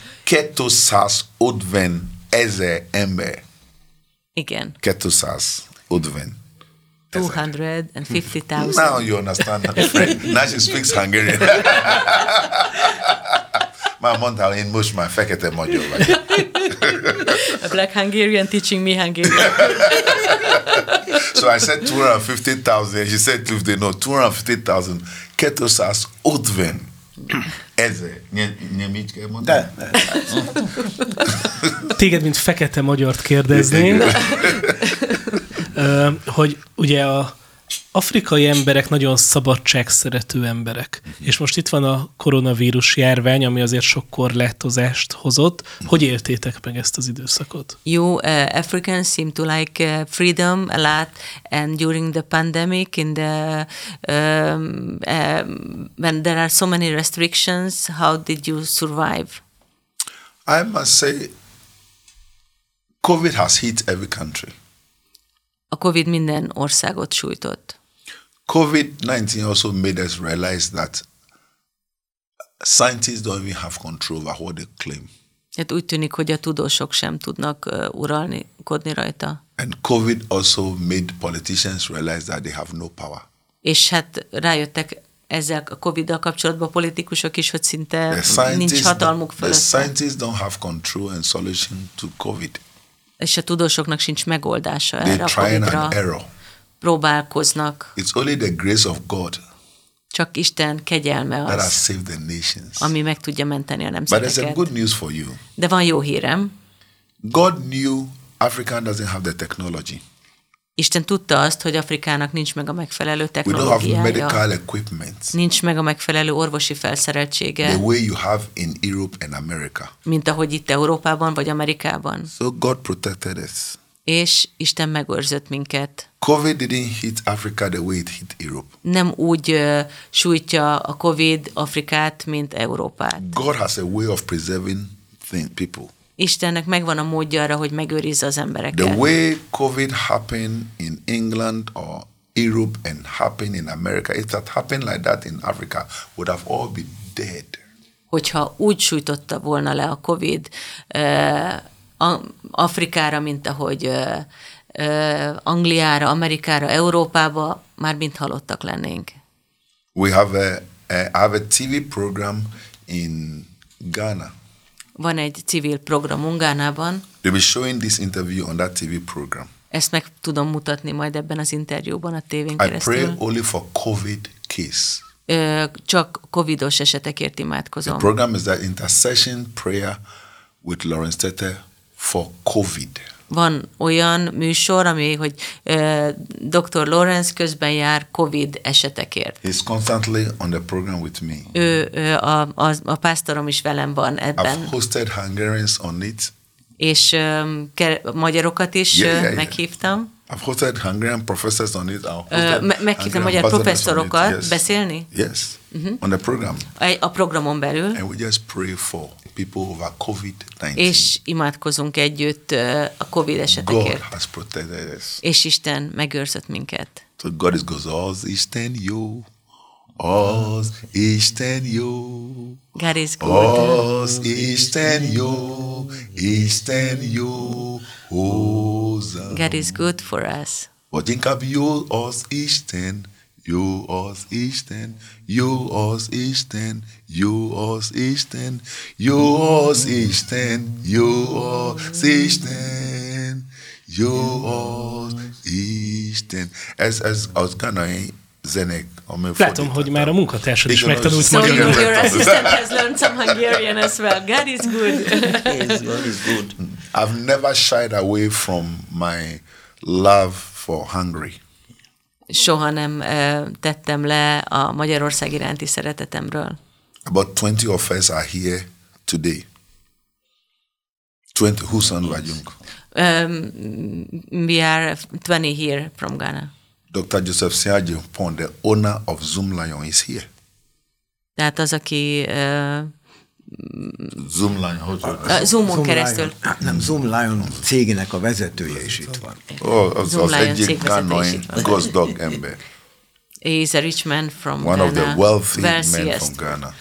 250 ezer ember.
Igen.
200 Oldven.
250,000.
Now you understand my friend. Now she speaks Hungarian. Már mondtam, én most már fekete magyar vagyok.
A Black Hungarian teaching me Hungarian.
So I said 250,000. and She said 50. No, 250,000. 250 ezer. Nye- Nyemicske mondtam?
De, de.
Téged, mint fekete magyart kérdezném, ö, hogy ugye a afrikai emberek nagyon szabadságszerető emberek. És most itt van a koronavírus járvány, ami azért sok korlátozást hozott. Hogy éltétek meg ezt az időszakot?
You uh, Africans seem to like uh, freedom a lot, and during the pandemic, in the um, um, when there are so many restrictions, how did you survive?
I must say, COVID has hit every country.
A COVID minden országot sújtott.
COVID 19 also made us realize that scientists don't even have control over what they claim.
Tehát Hát úgy tűnik, hogy a tudósok sem tudnak uh, uralni, kodni rajta.
And COVID also made politicians realize that they have no power.
És hát rájöttek ezzel a Covid-dal kapcsolatban a politikusok is, hogy
The
szinte nincs
scientists,
hatalmuk
the
fölött.
scientists don't have control and solution to COVID.
És a tudósoknak sinch megoldása
They
erre a
try and
Covid-ra.
error.
Próbálkoznak.
It's only the grace of God
Csak Isten kegyelme
that has
az,
saved the nations.
ami meg tudja menteni a
But there's some
nemzeteket.
good news for you.
De van jó hírem.
God knew Africa doesn't have the technology.
Isten tudta azt, hogy Afrikának nincs meg a megfelelő
We don't have
technológiája,
medical equipment
nincs meg a megfelelő orvosi
the
felszereltsége,
way you have in Europe and America.
mint ahogy itt Európában vagy Amerikában.
So God protected us.
És Isten megőrzött minket.
COVID didn't hit Africa the way it hit Europe.
Nem úgy ö, sújtja a COVID Afrikát, mint Európát.
God has a way of preserving thing, people.
Istennek megvan a módja arra, hogy megőrizze az
The
embereket.
way COVID happened in England or Europe and happened in America, if that happened like that in Africa, would have all been dead.
Hogyha úgy sújtotta volna le a COVID ö, a, Afrikára, mint ahogy ö, ö, Angliára, Amerikára, Európába, már mind halottak lennénk.
We have a, a I have a TV program in Ghana.
Van egy civil program Gánában,
They'll be showing this interview on that TV program.
ezt meg tudom mutatni majd ebben az interjúban a tévén
I pray
keresztül.
only for COVID case.
Ö, csak covidos esetekért
The
imádkozom.
program is the intercession prayer with Lawrence Tete for COVID.
Van olyan műsor, ami, hogy ö, dr. Lawrence közben jár COVID esetekért.
He's constantly on the program with me.
Ő, ő a, a, a pásztorom is velem van
I've
ebben,
hosted Hungarians on it.
és ö, ke- magyarokat is
Yeah,
ö,
yeah, yeah.
meghívtam.
I've hosted Hungarian professors on it. I've
Ö,
hosted
Uh, me- meghívtam
Hungarian
magyar
ambassadors on it.
professzorokat
Yes.
beszélni
Yes,
Mm-hmm.
on the program.
Egy- a programon belül,
And we just pray for people over COVID 19.
és imádkozunk együtt ö, a COVID
God
esetekért.
has protected us.
És Isten megőrzött minket.
So God is goes, Oz Isten yo. Oz Isten yo.
God is good.
Oh. Oz Isten yo. Isten yo. Hosanna.
God is good for us.
But inkább jó az Isten, jó az Isten, jó az Isten, jó az Isten, jó az Isten, jó az Isten, jó az Isten. Ez, ez az kanai zenek, amely
Látom, hogy már a munkatársad is megtanult
So
magyarul.
your assistant has learned some Hungarian as well. God is good.
Yes, God is good.
I've never shied away from my love for Hungary.
Soha nem ö, tettem le a Magyarország iránti szeretetemről.
About 20 of us are here today. 20, who's on Rajung?
Um, we are 20 here from Ghana.
Dr. Joseph Siaji Pond, the owner of Zoom Lion, is here.
Tehát az, aki ö,
Zoom Lion, hold on.
a Zoomon keresztül.
Lion, nem, Zoom Lion cégnek a vezetője is itt van.
Oh, az,
Zoom
az
Lion
egyik
cégvezető is
Ghanain
itt van.
gazdag ember.
He is a rich man from
One
Ghana.
of the wealthy men
Wealthiest.
from Ghana.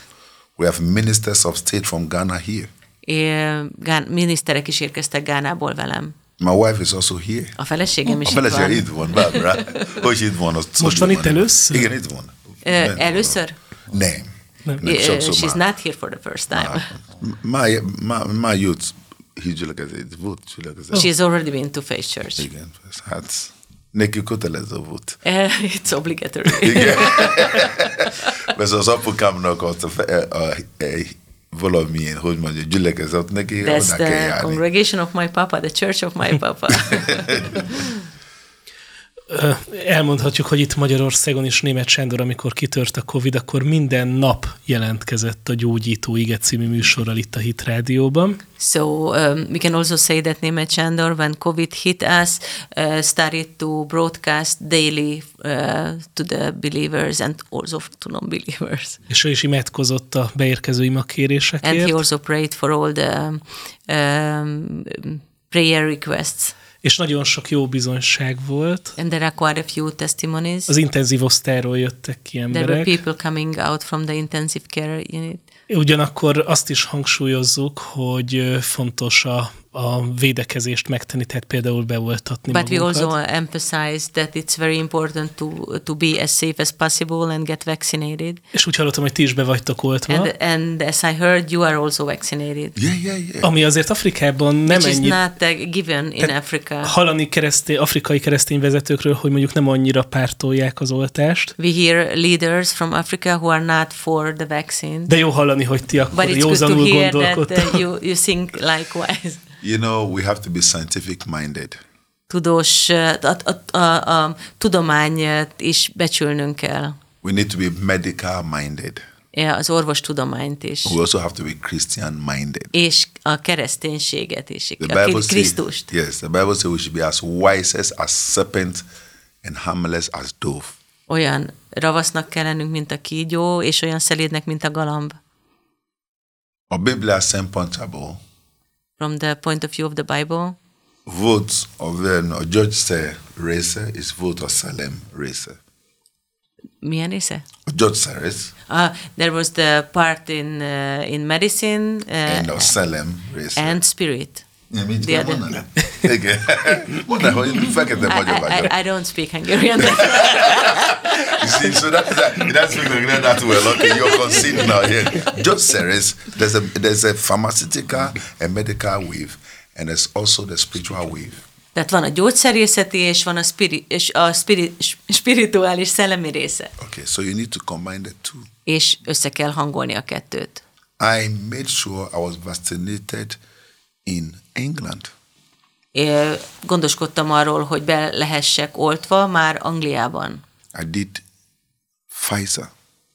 We have ministers of state from Ghana here.
É, Gán- miniszterek is érkeztek Gánából velem.
My wife is also here.
A feleségem is
A
itt
felesége
van.
itt van, Barbara. Hogy itt van? Az
Most van itt először?
Igen, itt van.
Ö, először?
Nem. Nem,
Ö,
sokszor
She's
már.
not here for the first time.
My, my, my youth, így gyülekezett, volt gyülekezett.
She's already been to Faith Church.
Igen, hát neki kötelező volt.
Ö, It's obligatory.
Igen. Mert az apukámnak ott a, fe- a, a, a valamilyen, hogy mondja, gyülekezett neki,
That's
oda kell
the
járni.
congregation of my papa, the church of my papa.
elmondhatjuk, hogy itt Magyarországon is német Sándor, amikor kitört a Covid, akkor minden nap jelentkezett a Gyógyító Ige című műsorral itt a Hit Rádióban.
So um, we can also say that Németh Sándor, when COVID hit us, uh, started to broadcast daily uh, to the believers and also to non-believers.
És ő is imádkozott a beérkező
And he
imakérésekért,
also prayed for all the um, prayer requests.
és nagyon sok jó bizonyság volt.
And there are quite a few testimonies.
Az intenzív osztályról jöttek ki
There were
emberek.
people coming out from the intensive care unit.
Ugyanakkor azt is hangsúlyozzuk, hogy ö, fontos a, a védekezést megtenni, tehát például beoltatni
But we
magunkat.
also emphasize that it's very important to to be as safe as possible and get vaccinated.
És úgy hallottam, hogy ti is be vagytok oltva.
And and as I heard, you are also vaccinated,
Yeah, yeah, yeah.
Ami azért Afrikában nem
which is
ennyi
not uh, given in Africa.
hallani keresztény, afrikai keresztény vezetőkről, hogy mondjuk nem annyira pártolják az oltást,
We hear leaders from Africa who are not for the vaccine,
de jó hallani, hogy ti akkor
but it's good to
józanul
hear that
gondolkodtok.
uh, you you think likewise.
You know, we have to be scientific minded.
Tudós, uh, a, a, a, a tudományt is becsülnünk kell,
We need to be medical minded.
eh, az orvostudományt is.
We also have to be Christian minded.
és a kereszténységet is, a
The
Kri-
Bible says,
Krisztust.
yes, the Bible says we should be as wise as serpent and harmless as dove.
Olyan ravasznak kell lennünk, mint a kígyó, és olyan szelédnek, mint a galamb.
A Bíblia szempontjából
From the point of view of the Bible,
vote of eh, a gyógyszer része is vote of Salem része.
milyen része?
A gyógyszer rész
Uh, there was the part in, uh, in medicine
and
uh,
a Salem része.
and spirit.
Nem, így
the
kell
other-
mondanom. Igen. Mondd el, hogy fekete
I,
magyar
I,
vagyok.
I, I don't speak Hungarian.
You see, so that, that, that's because you know that well. Okay, you're conceding now. Yeah. Just serious. There's a there's a pharmaceutical and medical wave, and there's also the spiritual wave.
Tehát van a gyógyszerészeti, és van a, spiri, és a spiri, spirituális szellemi része.
Okay, so you need to combine the two.
És össze kell hangolni a kettőt.
I made sure I was vaccinated in England.
Ö, gondoskodtam arról, hogy be lehessek oltva már Angliában.
I did Pfizer.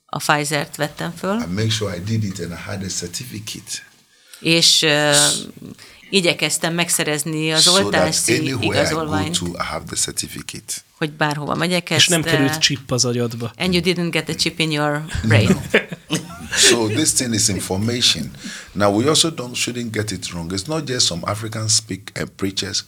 a Pfizer-t vettem föl,
I make sure I did it, and I had a certificate.
és ö, igyekeztem megszerezni az
so that
oltási
anywhere I go
igazolványt,
to, I have the certificate.
hogy bárhova megyek.
És
ezt,
nem
ö,
került csip az agyadba.
And you didn't get a chip in your brain.
So this thing is information. Now we also don't shouldn't get it wrong. It's not just some African speak uh, preachers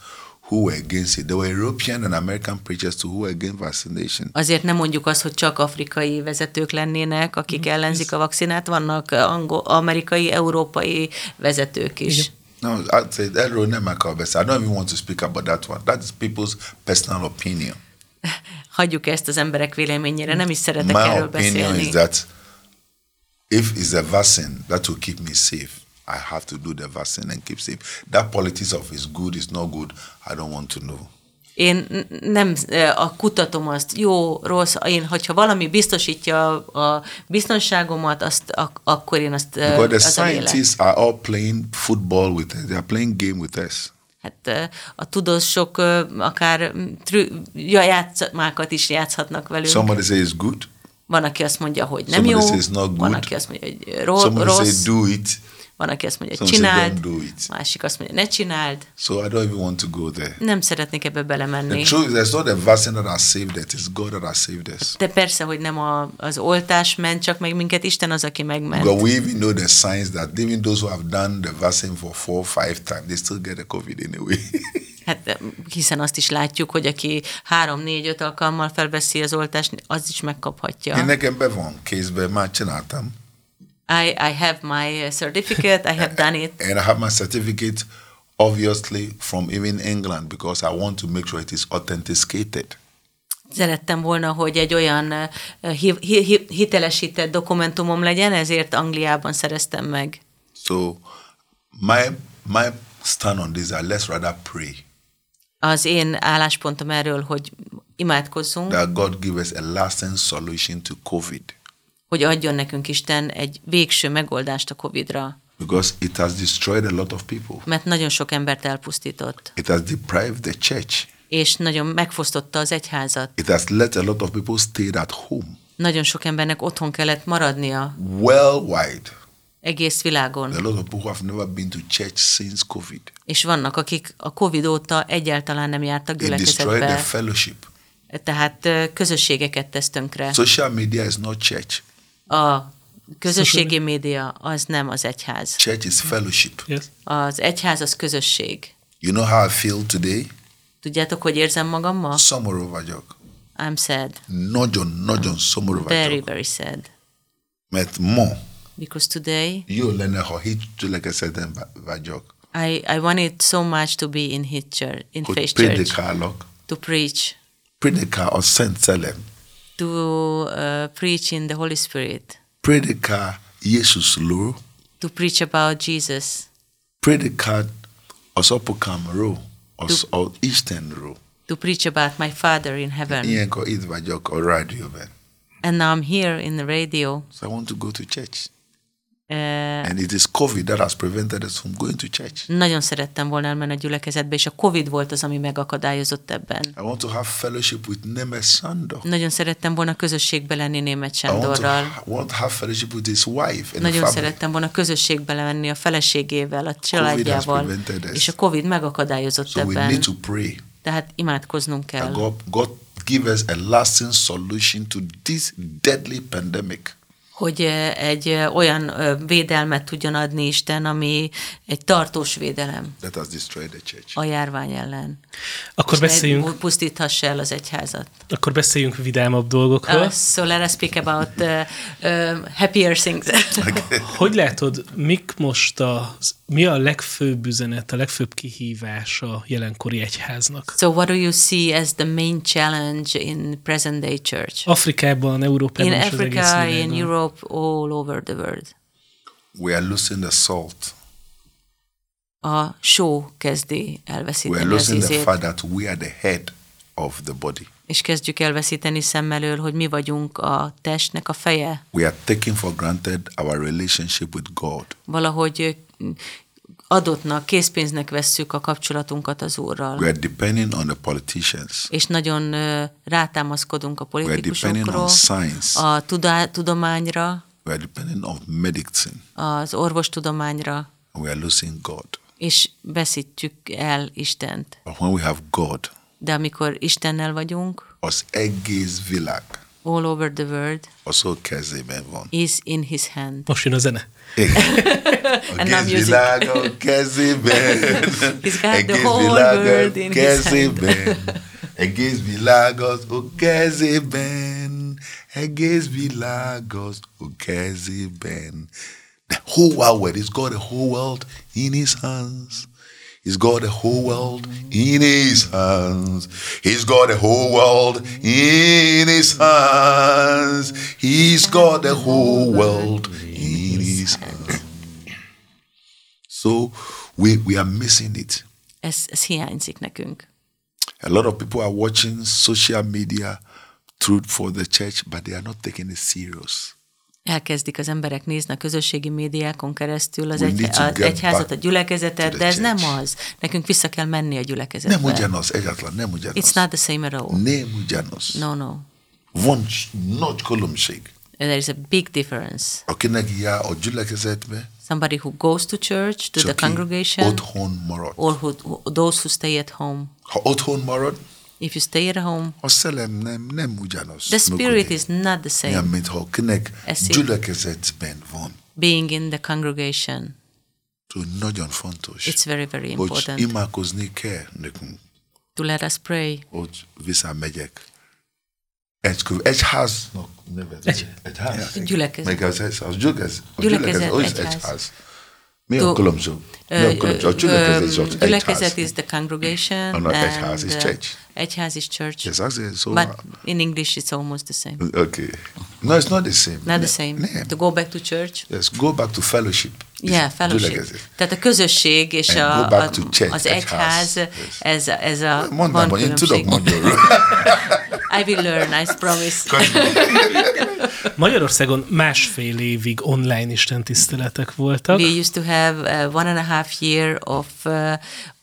who were against it. There were European and American preachers too who were against vaccination.
Azért nem mondjuk azt, hogy csak afrikai vezetők lennének, akik ellenzik a vakcinát, vannak eh, angol, amerikai, európai vezetők is.
Now I say that Ronnie Macabre, I don't even want to speak about that one. That is people's personal opinion.
Hagyjuk ezt az emberek véleményére, nem is szeretek
My
erről
opinion
beszélni.
is that if it's a vaccine that will keep me safe, I have to do the vaccine and keep safe. That politics of is good, is not good, I don't want to know.
Én n- nem ö, a kutatom azt, jó, rossz, én, hogyha valami biztosítja a biztonságomat, azt, ak- akkor én azt ö,
Because the
az a lélek.
scientists are all playing football with us. They are playing game with us.
Hát ö, a tudósok ö, akár mm, trü- ja, játszmákat is játszhatnak velünk.
Somebody say it's good.
van, aki azt mondja, hogy nem
Somebody
jó,
says not good.
van, aki azt mondja, hogy ro-
Somebody
rossz,
say do it.
van, aki azt mondja, hogy
Somebody say
csináld,
don't do it.
másik azt mondja, ne csináld.
So I don't even want to go there.
Nem szeretnék ebbe belemenni.
The truth is, there's not a vaccine that has saved us. It's God that has saved us.
De persze, hogy nem a, az oltás ment, csak meg minket Isten az, aki megment.
Because we even know the signs that even those who have done the vaccine for four, five times, they still get the COVID anyway.
Hát hiszen azt is látjuk, hogy aki három, négy, öt alkalommal felveszi az oltást, az is megkaphatja.
Én nekem be van kézbe, már csináltam.
I, I have my certificate, I have done it.
And I have my certificate, obviously, from even England because I want to make sure it is authenticated.
Szerettem volna, hogy egy olyan ö, hi, hi, hi, hitelesített dokumentumom legyen, ezért Angliában szereztem meg.
So my my stand on this is let's rather pray
Az én álláspontom erről, hogy imádkozzunk,
that God give us a lasting solution to COVID.
hogy adjon nekünk Isten egy végső megoldást a Covid-ra.
because it has destroyed a lot of people.
mert nagyon sok embert elpusztított,
It has deprived the church.
és nagyon megfosztotta az egyházat.
It has let a lot of people stay at home
Nagyon sok embernek otthon kellett maradnia
worldwide.
egész világon,
There are a lot of people who have never been to church since COVID.
és vannak, akik a Covid óta egyáltalán nem jártak
It destroyed the
gyülekezetbe.
fellowship.
Tehát ö, közösségeket tesz tönkre.
Social media is not church.
A közösségi média az nem az egyház.
Church is fellowship.
Yes.
Az egyház az közösség.
You know how I feel today?
Tudjátok, hogy érzem magam ma?
Somewhere over jog.
I'm sad.
Nagyon, nagyon somewhere over
Very,
jog.
very sad.
Mert mo,
Because today
jó lenne, ha hit gyülekezetben va- vagyok.
I, I wanted so much to be in his church, in
Hogy
Faith Church,
prédikálok,
to preach,
prédikál a Szent Szellem,
to uh, preach in the Holy Spirit,
prédikál Jézusról,
to preach about Jesus,
prédikál az apukámról, az, az Istenről.
to preach about my Father in heaven.
Ilyenkor itt vagyok a rádióban.
And now I'm here in the radio.
So I want to go to church.
Uh,
And it is COVID that has prevented us from going to church.
nagyon szerettem volna elmenni a gyülekezetbe, és a Covid volt az, ami megakadályozott ebben.
I want to have fellowship with Neme Sandor.
Nagyon szerettem volna közösségbe lenni Németh
I want to,
Sándorral.
ha- want to have fellowship with his wife and
Nagyon
family.
szerettem volna közösségbe lenni a feleségével, a családjával.
prevented us.
És a Covid megakadályozott
So we
ebben.
need to pray
Tehát imádkoznunk
that
kell.
God, God give us a lasting solution to this deadly pandemic.
Hogy eh, egy eh, olyan eh, védelmet tudjon adni Isten, ami egy tartós védelem
That has destroyed the church.
a járvány ellen.
Akkor
És ne
beszéljünk,
pusztíthassa el az egyházat.
akkor beszéljünk vidámabb dolgokról.
Uh, so let us speak about uh, um, happier things.
Hogy látod, mik most a, mi a legfőbb üzenet, a legfőbb kihívás a jelenkori egyháznak?
so what do you see as the main challenge in present day church?
Afrikában, Európában
in
és az egész
Africa, in
világon.
Europe, all over the world.
We are losing the salt.
A só kezdi
We are
elveszíteni az
losing the
ízét,
fact that we are the head of the body.
és kezdjük elveszíteni szem elől, hogy mi vagyunk a testnek a feje.
We are taking for granted our relationship with God.
Valahogy ö, adottnak, készpénznek vesszük a kapcsolatunkat az Úrral.
We are depending on the politicians.
És nagyon ö, rátámaszkodunk a
We are depending on
politikusokról,
science.
a tudá- tudományra,
We are depending on medicine.
az orvostudományra,
We are losing God.
és veszítjük el Istent.
But when we have God,
De amikor Istennel vagyunk,
az egész világ,
all over the world
azok kezében van.
is in his hand.
Most jön a zene.
now
Egész
music.
világ a kezében.
He's got the
Egész
whole
világ a
world in his hand.
kezében. Egész világ az a kezében. Egész világ az a kezében. The whole wide world. He's got the whole world in his hands. He's got the whole world in his hands. He's got the whole world in his hands. He's got the whole world in his hands. So we, we are missing it.
Ez, ez hiányzik nekünk.
A lot of people are watching social media through for the church, but they are not taking it serious.
Elkezdik az emberek nézni a közösségi médiákon keresztül az,
We
egy,
need to
az
get
egyházat, a
back
gyülekezetet,
to
de
the
ez nem
church.
az. Nekünk vissza kell menni a
Nem
gyülekezetbe.
ugyanaz, egyáltalán nem ugyanaz.
uh, It's not the same at all.
Nem ugyanaz.
No, no.
Van nagy különbség.
There is a big difference.
Akinek jár a gyülekezetbe,
Somebody who goes to church, to the
csak ki
congregation,
otthon marad.
or who, who- those who stay at home.
Ha otthon marad,
If you stay at home,
a szellem nem, nem ugyanaz.
the spirit
működik.
is not the same
Olyan, mint ha akinek
Eszik.
gyülekezetben van.
being in the congregation.
So nagyon fontos,
It's very, very
hogy
important
imádkozni kell nekünk.
to let us pray.
hogy visszamegyek. Egy, kö- egy háznak nevezett. Egy ház.
Gyülekezet.
Meg az egy ház. Gyülekezet. A
Gyülekezet,
gyülekezet az
egy
egy
ház.
ház. Mi
Tó-
a különbség? Mi
Ö,
a különbség? A
ö,
gyülekezet az
ö,
egy
gyülekezet
ház.
is the congregation.
Annak egyház is
and, uh,
church.
Egyház is church.
Yes, that's it. So,
But in English it's almost the same.
okay. No, it's not the same.
Not
Ne-
the same.
Nem.
To go back to church.
Yes, go back to fellowship. It's
Yeah, fellowship.
Gyülekezet.
Tehát a közösség és
And
a,
go back
a,
to church,
az
egyház.
egyház,
Yes.
ez, a- ez a van
Mondd már, én
különbség.
tudok magyarul.
I will learn, I promise.
Magyarországon másfél évig online istentiszteletek voltak.
We used to have uh, one and a half year of uh,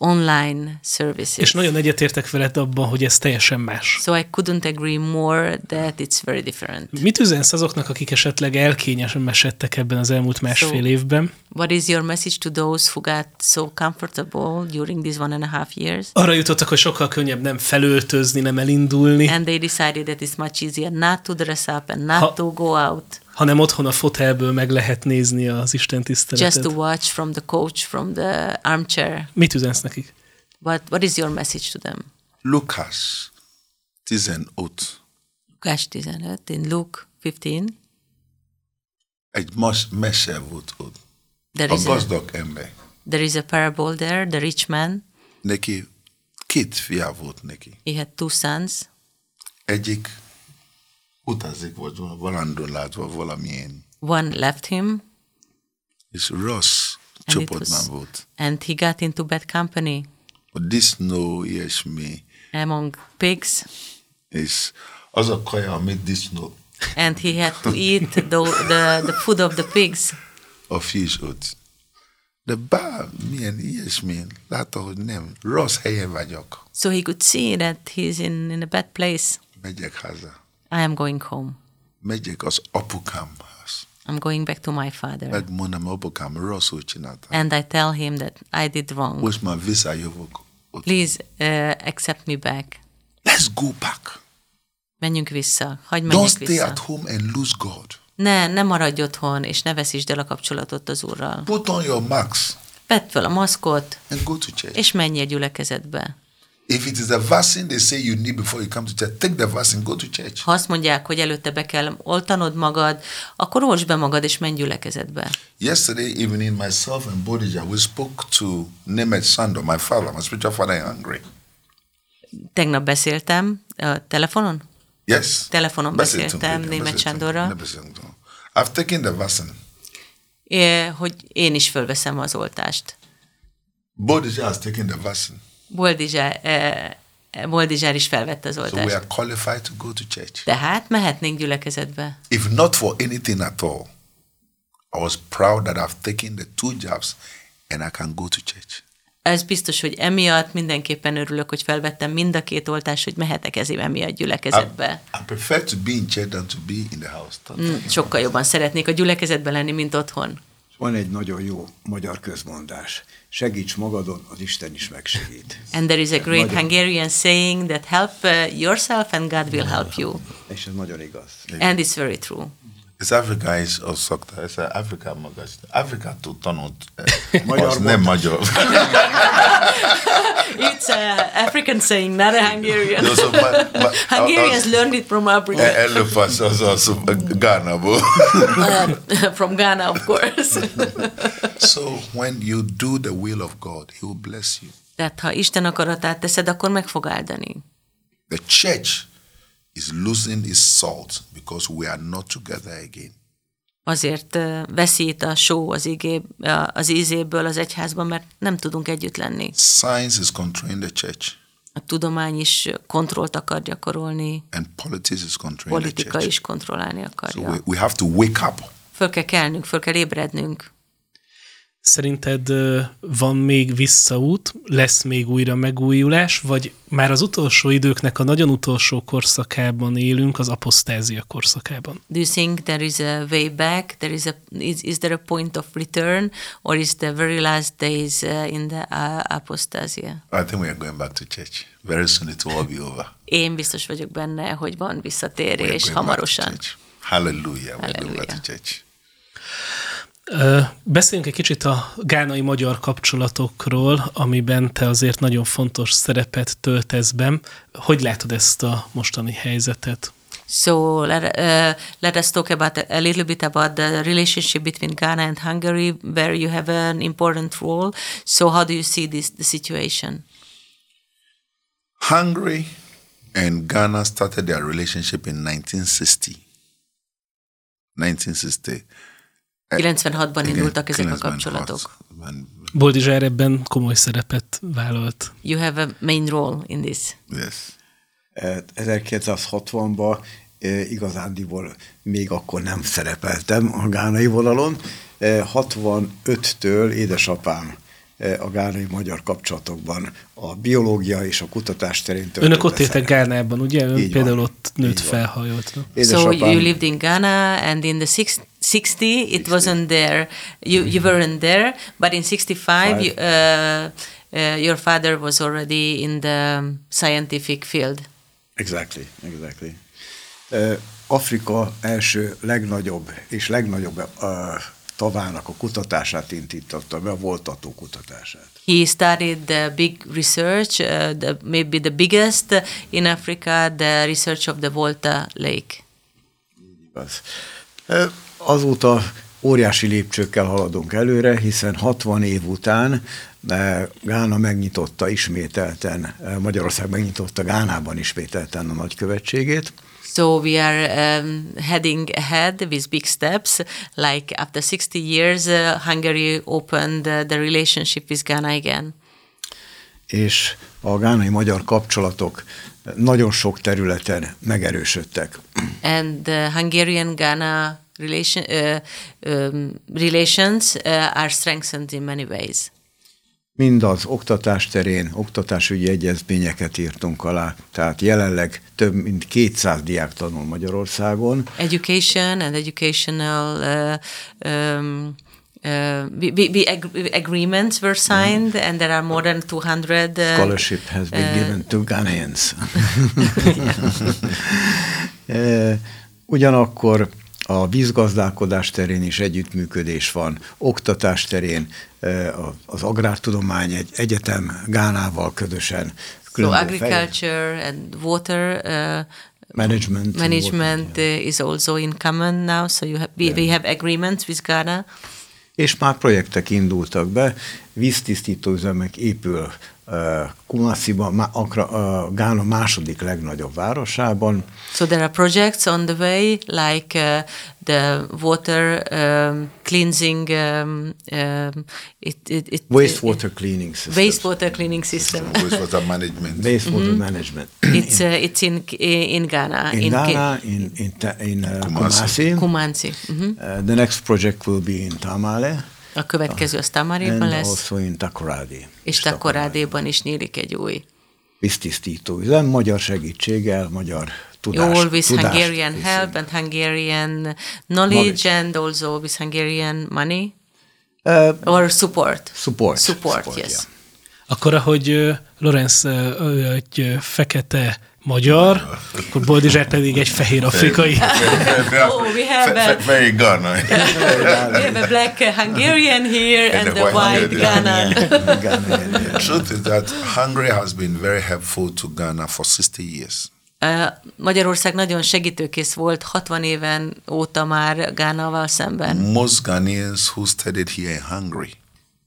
online services.
És nagyon egyetértek veled abban, hogy ez teljesen más.
So I couldn't agree more that it's very different.
Mit üzensz azoknak, akik esetleg elkényesen mesettek ebben az elmúlt másfél évben?
What is your message to those who got so comfortable during these one and a half years?
Arra jutottak, hogy sokkal könnyebb nem felöltözni, nem elindulni,
And they decided that it's much easier not to dress up and not
Ha-
to go out,
hanem otthon a fotelből meg lehet nézni az Isten
just to
tiszteletet.
watch from the coach, from the armchair.
Mit üzensz nekik?
What What is your message to them?
Lucas 15.
Lukács 15, in Luke 15,
Egy mas, mese volt ott.
there
A
is a,
gazdag ember.
there is a parable there. The rich man,
Neki két fia volt neki.
he had two sons.
Egyik utazik volt valandon látva valamilyen.
One left him,
És rossz
it
csoportban
was-
volt.
and he got into bad company
Disznó, ilyesmi.
among pigs,
És az a kaja, amit disznó
and he had to eat the, the, the food of the pigs.
a fish ott. De bár milyen ilyesmi, látta, hogy nem, rossz helyen vagyok.
So he could see that he's in, in a bad place.
Megyek haza.
I am going home.
Megyek az apukámhoz.
I'm going back to my father.
Megmondom apukám, rosszul csináltam.
And I tell him that I did wrong.
Most már visszajövök. ott.
Please uh, accept me back.
Let's go back.
Menjünk vissza. Hagyj
Don't
menjek
stay
vissza.
at home and lose God.
Ne, ne maradj otthon, és ne veszítsd el a kapcsolatot az Úrral.
Put on your mask
Vedd fel a maszkot,
and go to church.
és menjél gyülekezetbe.
If it is the vaccine they say you need before you come to church, take the vaccine, go to church.
Ha azt mondják, hogy előtte be kell oltanod magad, akkor olsd be magad, és menj gyülekezetbe.
Yesterday evening, myself and Bodija, we spoke to Nemeth Sando, my father, my spiritual father in Hungary.
Tegnap beszéltem a telefonon,
Yes.
Telefonon
Beszéltünk
beszéltem
régen,
német
beszéltünk,
Sándorral.
nem beszéltünk. I've taken the vaccine.
é, hogy én is fölveszem az oltást.
Bodija has taken the vaccine.
Boldizsár, e, Boldizsár is felvette az
So we
oltást.
are qualified to go to church.
Tehát mehetnénk gyülekezetbe.
If not for anything at all, I was proud that I've taken the two jobs and I can go to church.
Ez biztos, hogy emiatt mindenképpen örülök, hogy felvettem mind a két oltást, hogy mehetek ezért emiatt gyülekezetbe.
I prefer to be in church than to be in the house.
Mm, Sokkal jobban szeretnék a gyülekezetben lenni, mint otthon.
Van egy nagyon jó magyar közmondás. Segíts magadon, az Isten is megsegít.
And there is a great
Nagyon.
Hungarian saying that help uh, yourself and God will help you.
És ez nagyon igaz.
And it's very true.
Ez Afrika is a szokta, ez az Afrika maga. Afrika tud tanult,
Magyar
az nem magyar.
It's an African saying, not a Hungarian.
No,
szóval
so, but- but-
Hungarians
az-
learned it from
E-
Africa.
Előbb az az az Gánából.
Uh, from Ghana, of course.
So when you do the will of God, He will bless you.
Tehát ha Isten akaratát teszed, akkor meg fog áldani.
The church is losing its salt because we are not together again.
Azért ö, veszít a só az, igé, a- az ízéből az egyházban, mert nem tudunk együtt lenni.
Science is controlling the church,
A tudomány is kontrollt akar gyakorolni,
and politics is controlling
politika
the church.
is kontrollálni
So
akarja.
we, we have to wake up.
Föl kell kelnünk, föl kell ébrednünk.
Szerinted ö, van még visszaút, lesz még újra megújulás, vagy már az utolsó időknek a nagyon utolsó korszakában élünk, az apostázia korszakában?
Do you think there is a way back? There is a is, is there a point of return, or is the very last days uh, in the uh, apostasia?
I think we are going back to church. Very
Mm.
soon it will all be over.
Én biztos vagyok benne, hogy van
We are
visszatérés
going
hamarosan.
Back to church. Hallelujah. We're going back to
Hallelujah.
church.
Ö, Beszéljünk egy kicsit a gánai magyar kapcsolatokról, amiben te azért nagyon fontos szerepet töltesz be. Hogy látod ezt a mostani helyzetet?
So let, uh, let us talk about a little bit about the relationship between Ghana and Hungary, where you have an important role. So how do you see this the situation?
Hungary and Ghana started their relationship in 1960. 1960.
96-ban indultak ezek a
1996
kapcsolatok.
ben-
Boldizsár ebben komoly szerepet vállalt.
You have a main role in this.
E,
Yes.
Eh, 1960-ban igazándiból még akkor nem szerepeltem a gánai vonalon. 65-től édesapám e, a gánai magyar kapcsolatokban a biológia és a kutatás terén
Önök ott éltek Gánában, ugye? Ön
Így
például
van.
ott nőtt
Így van.
fel, ha jól tudom.
So you lived in Ghana, and in the six, 60, it wasn't there. You you weren't there, but in 65, you, uh, uh, your father was already in the scientific field.
Exactly, exactly. Ö, Afrika első legnagyobb és legnagyobb ö, tavának a kutatását indította be, a voltató kutatását.
He started the big research, uh, the, maybe the biggest in Africa, the research of the Volta Lake.
Igaz. Ö, Azóta óriási lépcsőkkel haladunk előre, hiszen 60 év után ö, Gána megnyitotta ismételten, ö, Magyarország megnyitotta Gánában ismételten a nagykövetségét.
So we are um, heading ahead with big steps. Like after 60 years, uh, Hungary opened uh, the relationship with Ghana again.
és a gánai magyar kapcsolatok nagyon sok területen megerősödtek.
and the Hungarian Ghana relation, uh, um, relations uh, are strengthened in many ways.
Mind az oktatás terén, oktatásügyi egyezményeket írtunk alá, tehát jelenleg több mint 200 diák tanul Magyarországon,
Education and educational uh, um, uh, we, we, we ag- agreements were signed, and there are more than 200. Uh,
Mm. scholarship has been given to Ghanaians. E, Ugyanakkor a vízgazdálkodás terén is együttműködés van, oktatás terén e, a- az Agrártudomány egy egyetem Gánával ködösen
so
különböző fejle-
agriculture and water uh,
management.
management uh, is also in common now. So you have, we, we have agreements with Ghana.
És már projektek indultak be, víztisztító üzemek épül uh, Kumasiban, Ma- Akra, uh, Gána második legnagyobb városában,
So there are projects on the way, like uh, the water um, cleansing, um, um, it, it, it,
wastewater cleaning
it-
system.
wastewater cleaning system.
Wastewater management.
Wastewater management.
it's uh, it's in in Ghana Ke-
In Ghana, in, in, Ta- in uh,
Kumasi.
Kumasi.
Kumanzi. Mhm.
Uh, the next project will be in Tamale
A következő az
and
Tamaréban lesz,
also in Takoradi.
és Takorádéban is nyílik egy új.
Víztisztító üzem, magyar segítséggel, magyar tudás.
All with
tudást
Hungarian
viszünk.
help and Hungarian
Knowledge.
knowledge and also with Hungarian money
Uh,
or support.
Support.
Support,
Support,
yes.
yeah.
Akkor, ahogy ö, Lorenz ö, ő egy ö, fekete magyar, akkor Boldizsár pedig egy fehér afrikai.
Oh, we have a-
Very eh? Ghana.
We have a black uh, Hungarian here and,
And
a
a
white
white
Ghana.
Ghanaian, yeah.
Truth is that Hungary has been very helpful to Ghana for 60 years.
Ö, Uh, Magyarország nagyon segítőkész volt 60 éven óta már Gánával szemben.
Most Ghanaians who studied here in Hungary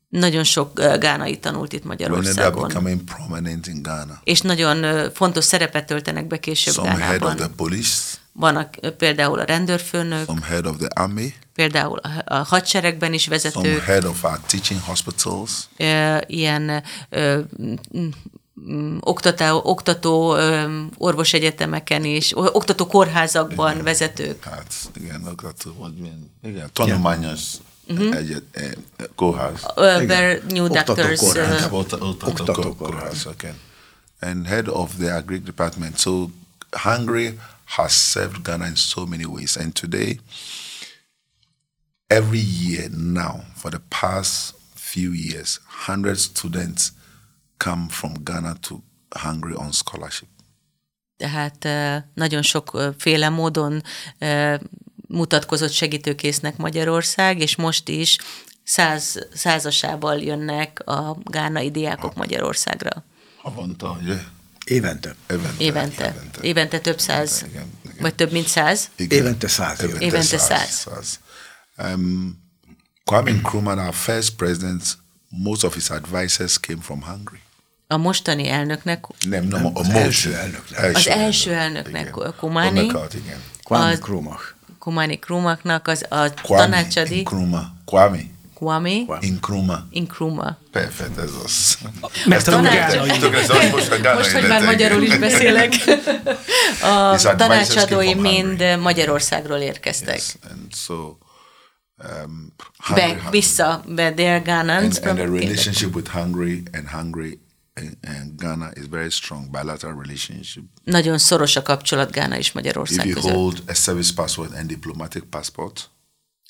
Nagyon sok ö, gánai tanult itt
will end up
Magyarországon.
becoming prominent in Ghana.
És nagyon ö, fontos szerepet töltenek be később
Some head of the
Gánában.
police,
Vannak ö, például a rendőrfőnök,
some head of the army,
például a- a hadseregben is
some
vezetők,
head of our teaching hospitals.
ö, ilyen ö, m- m- oktató, oktató ö, orvosegyetemeken is, o- oktató kórházakban vezetők.
Hát, igen, akartam, hogy milyen, igen, tanulmányos egyet, eh, eh, kórház.
uh, where new
Oktató
doctors.
kórház.
Uh,
Oktató- Oktató kórház, okay. And head of the agri department. So Hungary has served Ghana in so many ways. And today, every year now, for the past few years, 100 students come from Ghana to Hungary on scholarship.
tehát uh, nagyon sok uh, féle módon uh, mutatkozott segítőkésznek Magyarország, és most is száz, százasával jönnek a gánai diákok Magyarországra.
Havonta, ugye?
Évente.
Évente.
Évente. Évente, több száz,
Igen, igen.
vagy több mint száz.
Igen.
Évente száz jön.
Évente száz.
száz. Um, Kwame Nkrumah, our first president, most of his advisors came from Hungary.
A mostani elnöknek,
Nem, nem, a
az
most-
első elnöknek.
az első elnöknek,
igen.
Kumani,
Onnak, igen.
Kwame
Az-
Krumah.
Kumani Krumaknak, az a
Kwame
tanácsadi
Nkrumah. Kwame.
Kwame
Nkrumah.
Nkrumah.
Perfekt, ez az.
Mert a
tanács-
ugánai.
Tudok, ez ahogy most a Ghana
Most, hogy már
életek.
magyarul is beszélek. A
His advices
tanácsadói
came from Hungary.
mind Magyarországról érkeztek.
Yes, and so, um, Hungary
Back,
has-
vissza, be their Ghanans.
and, and the relationship with Hungary and Hungary and, and Ghana is very strong bilateral relationship.
Nagyon szoros a kapcsolat Gána és Magyarország
If you
között.
hold a service passport and diplomatic passport,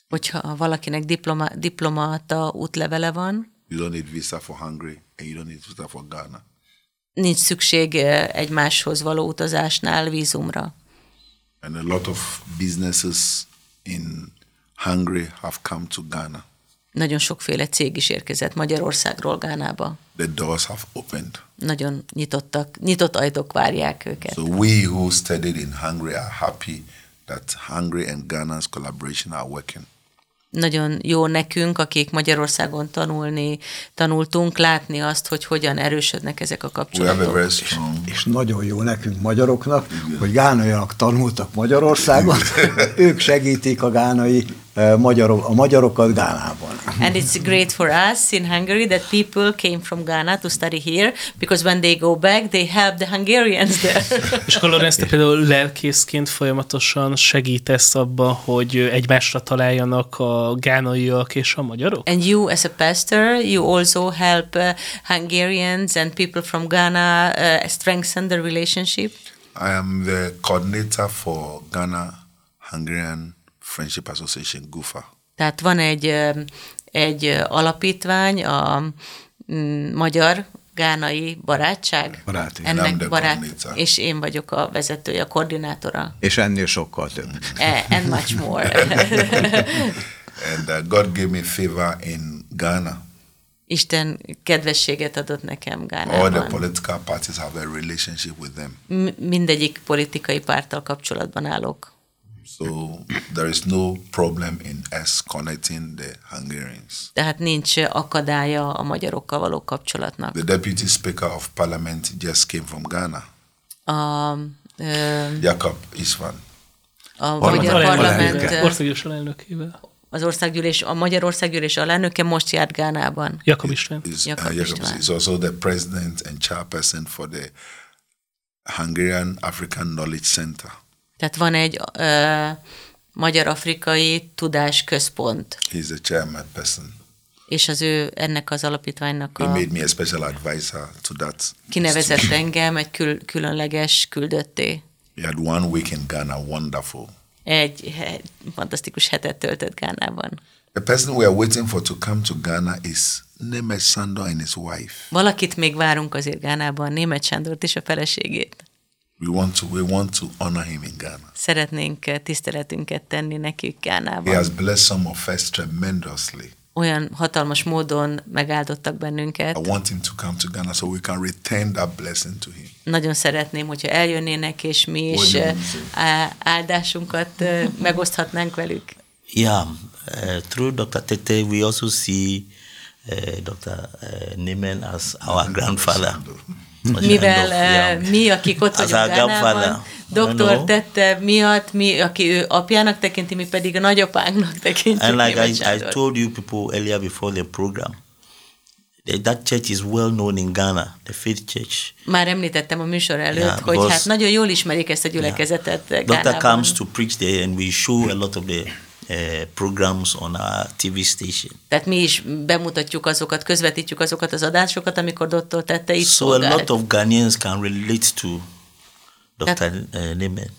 Hogyha valakinek diploma, diplomata útlevele van,
you don't need visa for Hungary and you don't need visa for Ghana.
nincs szükség eh, egymáshoz való utazásnál vízumra.
And a lot of businesses in Hungary have come to Ghana.
Nagyon sokféle cég is érkezett Magyarországról Gánába.
The doors have opened.
Nagyon nyitottak, nyitott ajtók várják őket.
So we who studied in Hungary are happy that Hungary and Ghana's collaboration are working.
Nagyon jó nekünk, akik Magyarországon tanulni, tanultunk, látni azt, hogy hogyan erősödnek ezek a
We have a
kapcsolatok.
very strong
És nagyon jó nekünk magyaroknak, hogy gánaiak tanultak Magyarországon, ők segítik a gánai eh, magyarok, a magyarokat Gánában.
And it's great for us in Hungary that people came from Ghana to study here, because when they go back, they help the Hungarians there.
És akkor Lorenz, te például lelkészként folyamatosan segítesz abban, hogy egymásra találjanak a gánaiak és a magyarok?
And you, as a pastor, you also help uh, Hungarians and people from Ghana uh, strengthen the relationship.
I am the coordinator for Ghana Hungarian Friendship Association, GUFA.
Tehát van egy, um, egy uh, alapítvány, a mm, Magyar Gánai Barátság.
Baráti.
Nem,
Ennek
de
barát,
koordinátor.
és én vagyok a vezetője, a koordinátora.
És ennél sokkal több.
Eh, And much more.
And uh, God gave me favor in Ghana.
Isten kedvességet adott nekem
All the
Gánában.
political parties have a relationship with them.
M- mindegyik politikai párttal kapcsolatban állok.
So there is no problem in us connecting the Hungarians.
Tehát nincs akadálya a magyarokkal való kapcsolatnak.
The deputy speaker of parliament just came from Ghana,
A, ö,
Jakob Isvan.
a magyar parlament, ö,
Országos alelnökével.
az országgyűlés, a magyar országgyűlés alelnöke most járt Gánában.
Jakob István.
Is,
Jakob
uh, Jakob
István.
is also the president and chairperson for the Hungarian African Knowledge Center.
Tehát van egy ö, magyar-afrikai tudásközpont,
He's the chairman person.
és az ő ennek az alapítványnak
He
a,
made me a special advisor to that.
kinevezett engem egy kül, különleges küldötté.
We had one week in Ghana, wonderful.
Egy he- fantasztikus hetet töltött Gánában.
The person we are waiting for to come to Ghana is Neme Sando and his wife.
Valakit még várunk azért Gánában, német Sándort és a feleségét.
We want to we want to honor him in Ghana.
Szeretnénk eh, tiszteletünket tenni nekik
He
Gánában.
has blessed some of us tremendously.
Olyan hatalmas módon megáldottak
I
bennünket.
want him to come to Ghana so we can return that blessing to him.
Nagyon szeretném, hogyha eljönnének, és mi is
Hogyan?
eh, á- áldásunkat eh, megoszthatnánk velük.
Yeah, uh, through Dr. Tete, we also see uh, Dr. Uh, Neiman as our grandfather. Mm-hmm.
Mivel
Yeah.
eh, mi, akik ott
As
vagyunk
our grandfather,
Gánában,
I
doktor
know.
tette miatt, mi, aki ő apjának tekinti, mi pedig a nagyapánknak tekintjük.
And like
német
I, I
Sándort.
told you people earlier before the program, that, that church is well known in Ghana, the Faith Church.
Már említettem a műsor előtt,
Yeah,
hogy
because-
hát nagyon jól ismerik ezt a gyülekezetet yeah.
Doctor
Gánában.
comes to preach there, and we show a lot of the uh, programs on our TV station.
Tehát mi is bemutatjuk azokat, közvetítjük azokat az adásokat, amikor doktor tette itt
so a lot
szolgált.
of Ghanaians can relate to Doctor uh, Neiman.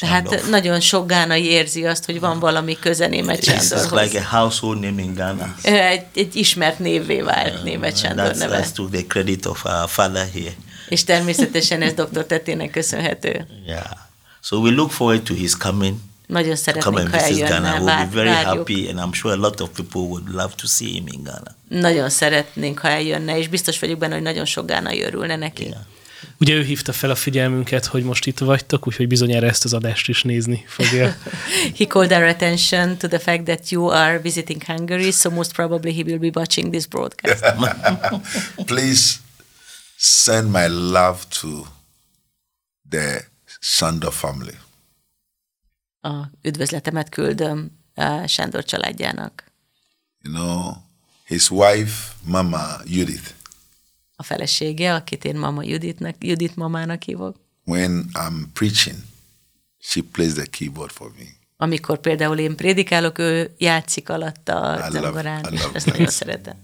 Tehát
Shandoff.
Hát nagyon sok gánai érzi azt, hogy van valami köze német
It's, it's
Sándorhoz.
like a household name in Ghana.
Ö, Egy, egy ismert névvé vált német
And
Sándor
that's,
neve.
that's to the credit of our father here.
És természetesen ez doktor tettének köszönhető.
Yeah. So we look forward to his coming.
Nagyon
Come
szeretnénk,
and
ha
visit Ghana.
eljönne,
We'll
vár,
be very
várjuk.
happy, and I'm sure a lot of people would love to see him in Ghana.
Nagyon szeretnénk, ha eljönne, és biztos vagyok benne, hogy nagyon sok gánai örülne neki.
Yeah.
Ugye ő hívta fel a figyelmünket, hogy most itt vagytok, úgyhogy bizonyára ezt az adást is nézni fogja.
He called our attention to the fact that you are visiting Hungary, so most probably he will be watching this broadcast.
Please send my love to the Sando family.
A üdvözletemet küldöm a Sándor uh, családjának.
You know, his wife, Mama Judith.
A felesége, akit én Mama Juditnak, Judit mamának hívok.
When I'm preaching, she plays the keyboard for me.
Amikor például én prédikálok, ő játszik alatta
I
a
love-
zongorán,
I
és
love
ezt
that.
nagyon szeretem.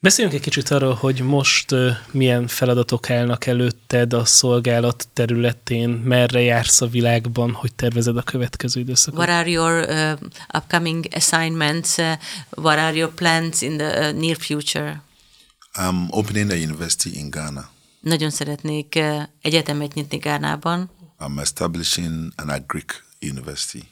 Beszéljünk egy kicsit arról, hogy most ö, milyen feladatok állnak előtted a szolgálat területén, merre jársz a világban, hogy tervezed a következő időszakot.
What are your uh, upcoming assignments? Uh, what are your plans in the uh, near future?
I'm opening a university in Ghana.
Nagyon szeretnék uh, egyetemet nyitni Gánában,
I'm establishing an agric university,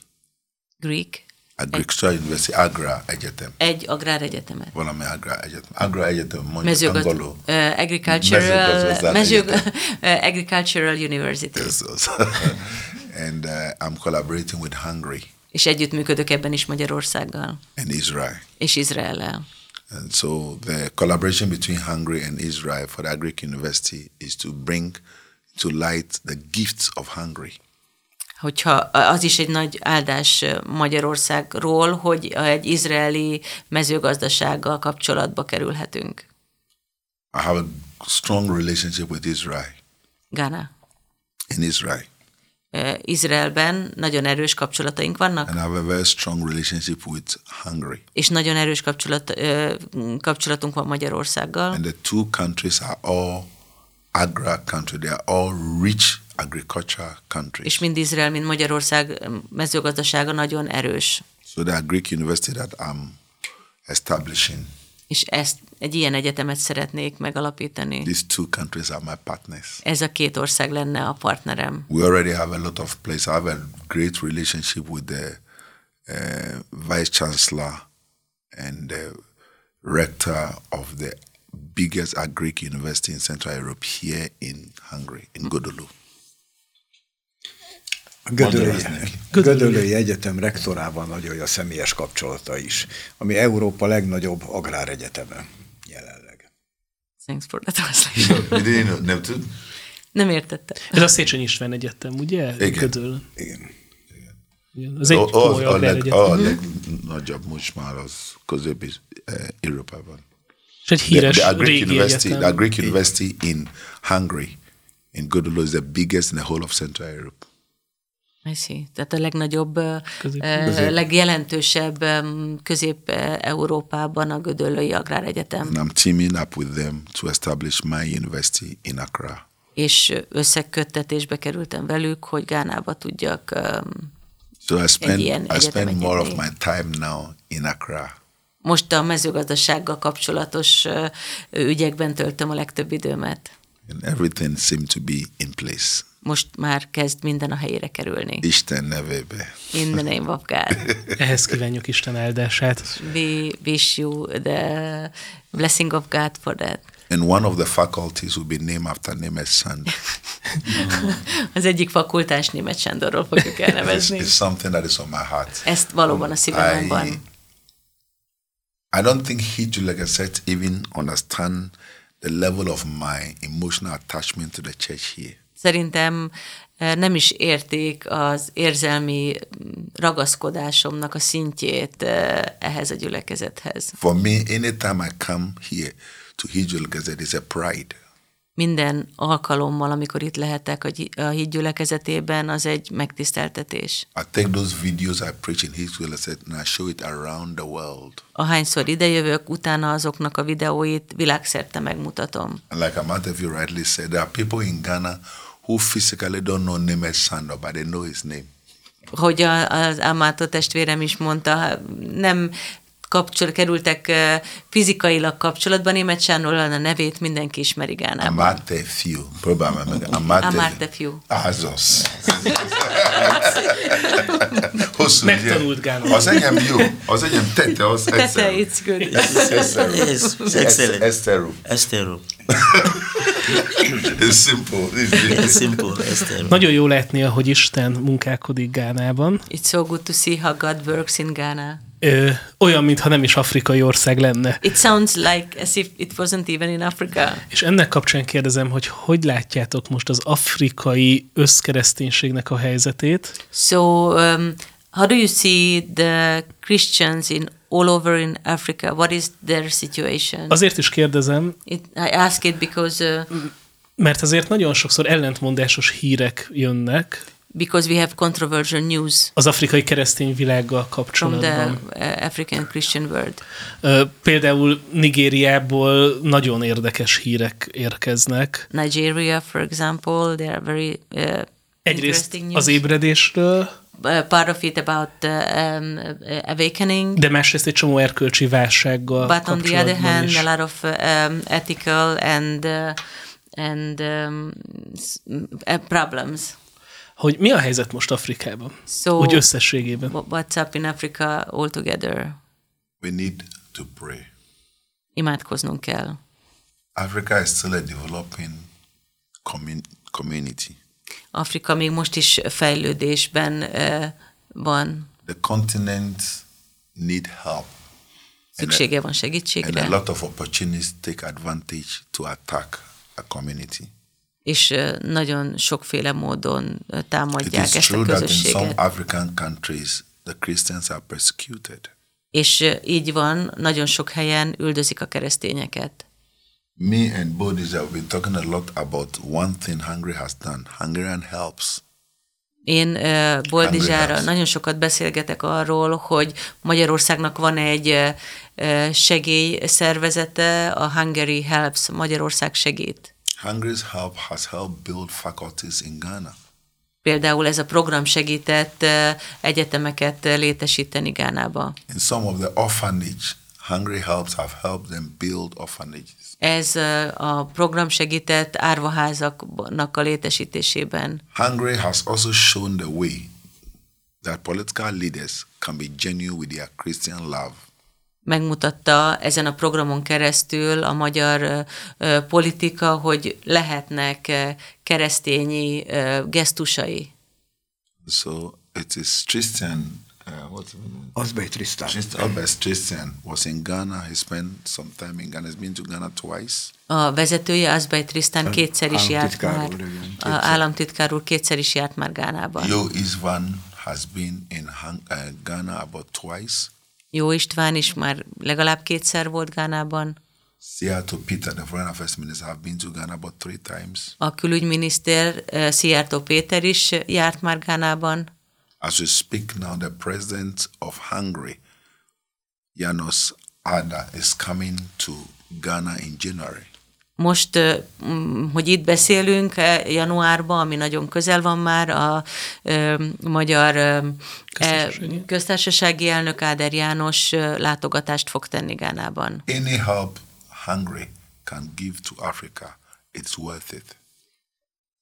Greek,
agricultural university, Agra Ejetem.
egy agráregyetemet.
Valami Agra Ejetem. Agra Ejetem, mondjuk
Mezőgazd...
angolul.
Uh, agricultural,
Mezőgazdaság
mezőg... uh, agricultural University.
Yes, yes. and uh, I'm collaborating with Hungary
És együttműködök ebben is Magyarországgal
and Israel.
és Izraellel.
And so the collaboration between Hungary and Israel for the Agric University is to bring to light the gifts of Hungary.
Hogyha az is egy nagy áldás ö, Magyarországról, hogy egy izraeli mezőgazdasággal kapcsolatba kerülhetünk.
I have a strong relationship with Israel
Ghana.
in Israel,
Ö, Izraelben nagyon erős kapcsolataink vannak,
and I have a very strong relationship with Hungary.
és nagyon erős kapcsolat, ö, kapcsolatunk van Magyarországgal.
And the two countries are all agra country. They are all rich agriculture
És
countries.
mind Izrael, mind Magyarország ö, mezőgazdasága nagyon erős.
So the Agric University that I'm establishing,
És ezt, egy ilyen egyetemet szeretnék megalapítani.
these two countries are my partners.
Ez a két ország lenne a partnerem.
We already have a lot of place. I have a great relationship with the uh, vice chancellor and the rector of the biggest agric university in Central Europe here in Hungary, in Godolo.
A Gödöllői,
Magyaráznék.
Gödöllői Egyetem rektorával nagyon jó a személyes kapcsolata is, ami Európa legnagyobb agráregyetemen jelenleg.
Thanks for the translation.
You didn't know Neptune?
Nem értette.
Ez a Széchenyi István Egyetem, ugye?
Igen.
Gödöllön.
Igen.
Igen. Az egy Mhm.
Ó- ó,
komoly
a leg-
agráregyetem.
a leg- nagyobb most már az közöbbi eh, Európában.
És egy
The,
híres
the Agric
régi
University, the
egyetem.
Agric University in Hungary, in Godolo, is the biggest in the whole of Central Europe.
I see. Tehát a legnagyobb, ö,
Közép-
ö, legjelentősebb ö, közép-európában a Gödöllői Agráregyetem,
And I'm teaming up with them to establish my university in Accra.
és összeköttetésbe kerültem velük, hogy Gánába tudjak ö,
So I spend
ilyen
I spend
egyetemet
more of
nyitni.
my time now in Accra.
most a mezőgazdasággal kapcsolatos ö, ügyekben töltöm a legtöbb időmet.
And everything seemed to be in place.
Most már kezd minden a helyére kerülni.
Isten nevebe.
In the name of God.
Ehhez kívánjuk Isten áldását.
We wish you the blessing of God for that.
And one of the faculties will be named after Nemes son.
Az egyik fakultás német Sándorról fogjuk elnevezni.
It's something that is on my heart.
Ezt valóban a szívemben
I,
van.
I don't think he, to like I said, even understand the level of my emotional attachment to the church here.
Szerintem eh, nem is érték az érzelmi mm, ragaszkodásomnak a szintjét eh, ehhez a gyülekezethez.
For me, anytime I come here to Hijul Gazette, it's a pride.
Minden alkalommal, amikor itt lehetek a gy- a híd gyülekezetében, az egy megtiszteltetés.
I take those videos I preach in Hijul Gazette and I show it around the world.
Ahányszor idejövök, utána azoknak a videóit világszerte megmutatom.
And like Amount of you rightly said, there are people in Ghana who physically don't know Nemes Sando, but they know his name.
Hogy a, az Amato testvérem is mondta, nem kapcsol, kerültek eh, fizikailag kapcsolatban, német Sándor a nevét mindenki ismeri Gánában.
Amate Few. Probably Amate,
Amate Few.
Azos. Hosszú
Megtanult
ugye?
Gánában.
Az enyém jó, az enyém tete, az
Tete,
egyszerű.
it's good.
Yes, it's excellent.
Eszterú.
Estero.
It's simple.
Very
It's-
simple, Estero.
Nagyon jó látni, ahogy Isten munkálkodik Gánában.
It's so good to see how God works in Ghana.
Ö, olyan, mintha nem is afrikai ország lenne.
It sounds like as if it wasn't even in Africa.
És ennek kapcsán kérdezem, hogy hogy látjátok most az afrikai összkereszténységnek a helyzetét?
So, um, how do you see the Christians in all over in Africa? What is their situation?
Azért is kérdezem,
It, I ask it because uh,
mert azért nagyon sokszor ellentmondásos hírek jönnek
because we have controversial news
az afrikai keresztény világgal
from the
kapcsolatban.
uh, African Christian world.
Ö, Például Nigériából nagyon érdekes hírek érkeznek.
Nigeria, for example, they are very uh,
Egyrészt
interesting news.
az ébredésről,
uh, part of it about uh, um, uh, awakening.
de másrészt egy csomó erkölcsi válsággal
but on the other
kapcsolatban
hand,
is.
a lot of uh, um, ethical and uh, and um, s- m- uh, problems.
Hogy mi a helyzet most Afrikában?
So-
Úgy összességében.
Wh- What's up in Africa altogether?
We need to pray.
Imádkoznunk kell.
Africa is still a developing commun- community.
Afrika még most is fejlődésben uh, van.
The continent need help,
Szüksége van
and a
segítségre,
lot of opportunities take advantage to attack a community.
és uh, nagyon sokféle módon uh,
It
támadják
is
ezt a
true that in some
közösséget.
African countries, the Christians are persecuted.
És uh, így van, nagyon sok helyen üldözik a keresztényeket.
Me and Bodis have been talking a lot about one thing Hungary has done. Hungarian helps.
Én uh, Boldizsára
Hungry
nagyon sokat beszélgetek arról, hogy Magyarországnak van egy ö, ö, segélyszervezete, a Hungary Helps, Magyarország segít.
Hungary's help has helped build faculties in Ghana.
Például ez a program segített ö, egyetemeket ö, létesíteni Gánába.
In some of the orphanage, Hungary helps have helped them build orphanages.
Ez ö, a program segített árvaházaknak a létesítésében.
Hungary has also shown the way that political leaders can be genuine with their Christian love.
Megmutatta ezen a programon keresztül a magyar ö, ö, politika, hogy lehetnek ö, keresztényi ö, gesztusai.
So it is Tristan. Uh, what's his name?
Azbej Trisztán.
Tristan Albert Tristan was in Ghana. He spent some time in Ghana. He's been to Ghana twice.
A vezetője, Azbej Trisztán kétszer is járt
államtitkár
már.
úr, igen,
A államtitkár úr kétszer is járt már Gánában. Jó.
Yo Isvan has been in Han- uh, Ghana about twice.
Jó István is már legalább kétszer volt Gánában.
Seattle Peter, the foreign affairs minister, have been to Ghana about three times.
A külügyminiszter eh, Szijjártó Péter is járt már Gánában.
As we speak now, the president of Hungary, Janos Ada, is coming to Ghana in January.
Most, eh, mm, hogy itt beszélünk eh, januárban, ami nagyon közel van már, a ö, magyar ö,
Köztársasági.
eh, köztársasági elnök Áder János eh, látogatást fog tenni Gánában.
Any help Hungary can give to Africa, it's worth it.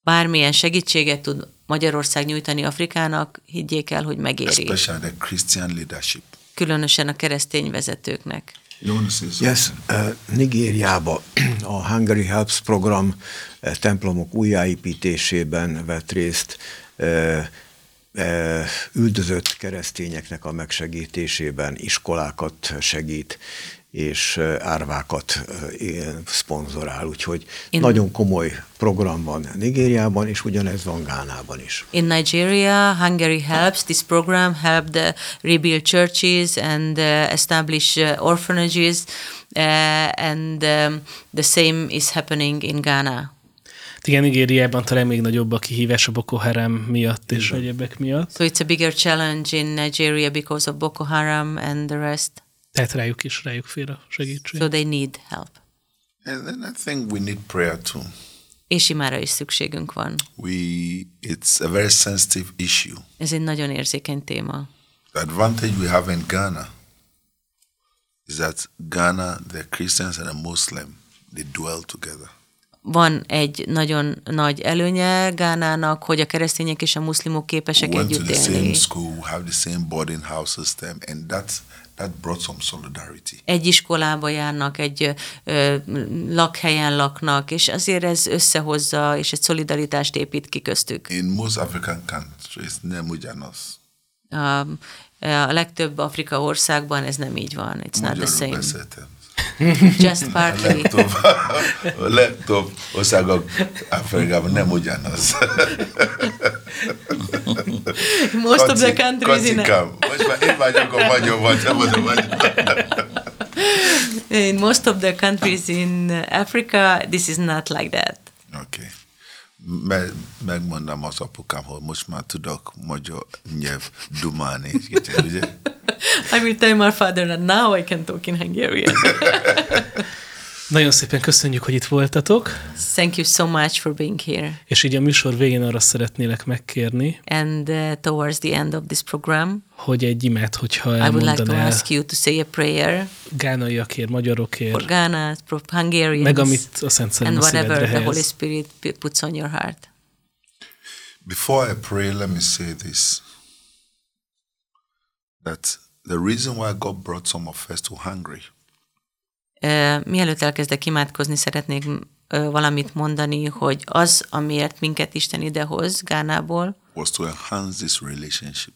bármilyen segítséget tud Magyarország nyújtani Afrikának, higgyék el, hogy megéri.
Especially the Christian leadership.
Különösen a keresztény vezetőknek.
You want to say something?
Yes, eh, Nigériába a Hungary Helps program eh, templomok újjáépítésében vett részt, eh, eh, üldözött keresztényeknek a megsegítésében iskolákat segít, és eh, árvákat eh, szponzorál. Úgyhogy
Én-
nagyon komoly program van Nigériában, és ugyanez van Gánában is.
In Nigeria, Hungary helps. This program helped uh, rebuild churches and uh, establish uh, orphanages, uh, and um, the same is happening in Ghana.
Igen, Nigériában talán még nagyobb a kihívás a Boko Haram miatt és egyebek miatt.
So it's a bigger challenge in Nigeria because of Boko Haram and the rest.
Tehát rájuk is, rájuk fér a segítség.
So they need help.
And then I think we need prayer too.
És imára is szükségünk van.
We it's a very sensitive issue.
Ez egy nagyon érzékeny téma.
The advantage we have in Ghana is that Ghana, the Christians and the Muslim, they dwell together.
van egy nagyon nagy előnye Gánának, hogy a keresztények és a muszlimok képesek
we went to
együtt
the
élni.
same school, we have the same boarding house system, and that that brought some solidarity.
Egy iskolába járnak, egy ö, ö, lakhelyen laknak, és azért ez összehozza, és egy szolidaritást épít ki köztük.
In most African countries, Nemujanos,
A, a legtöbb Afrika országban ez nem így van. It's not the same.
Mujarubesete,
Just partly.
Olekto, Olekto, Osagog, Africa, Nemujanos.
Most of the countries in,
Kotikam. Most már én vagyok a magyar, vagy nem az a magyar.
in most of the countries in Africa, this is not like that.
Oké. Me- megmondom az apukám, hogy most már tudok magyar nyelv dumálni. és ilyesmi, ugye?
I will tell my father that now I can talk in Hungarian.
Nagyon szépen köszönjük, hogy itt voltatok,
Thank you so much for being here.
és így a műsor végén arra szeretnélek megkérni,
And uh, towards the end of this program,
hogy egy imát, hogyha
I would like to
elmondanál
ask you to say a prayer
gánaiakért,
for
magyarokért,
Ghana, for Hungarians,
meg amit a Szent Szellem
and
a
whatever
szívedre
the Holy
helyez.
Spirit p- puts on your heart.
Before I pray, let me say this. That the reason why God brought some of us to Hungary
Uh, mielőtt elkezdek imádkozni, szeretnék uh, valamit mondani, hogy az, amiért minket Isten idehoz Gánából,
was to enhance this relationship.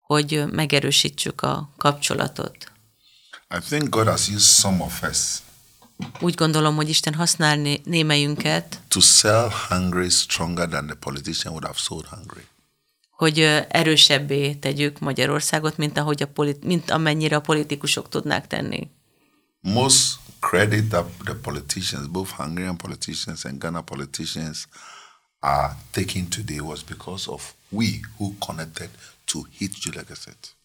hogy uh, megerősítsük a kapcsolatot.
I think God has used some of us
Úgy gondolom, hogy Isten használ né- némelyünket,
to sell Hungary stronger than the politician would have sold Hungary.
hogy ö, erősebbé tegyük Magyarországot, mint, ahogy a polit- mint amennyire a politikusok tudnák tenni.
Most credit that the politicians, both Hungarian politicians and Ghana politicians, are taking today was because of we who connected to hit Julegeset.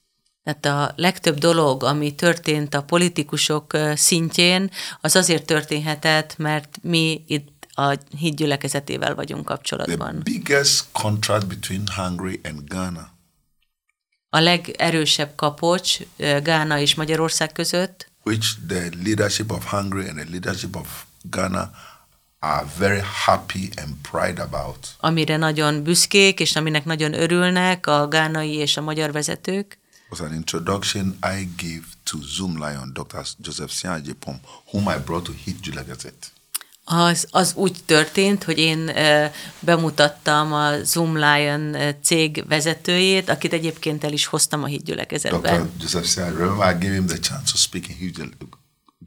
Tehát a legtöbb dolog, ami történt a politikusok ö, szintjén, az azért történhetett, mert mi itt a híd gyülekezetével vagyunk
The
kapcsolatban.
biggest contract between Hungary and Ghana
A legerősebb kapocs ö, Gána és Magyarország között,
which the leadership of Hungary and the leadership of Ghana are very happy and pride about
amire nagyon büszkék, és aminek nagyon örülnek a gánai és a magyar vezetők,
was an introduction I gave to Zoom Lion, Dr. Joseph Sianjepom, whom I brought to hit Julegeset.
Az, az úgy történt, hogy én ö, bemutattam a Zoom Lion ö, cég vezetőjét, akit egyébként el is hoztam a hídgyülekezetben.
Dr. Joseph Sian, remember I gave him the chance to speak in huge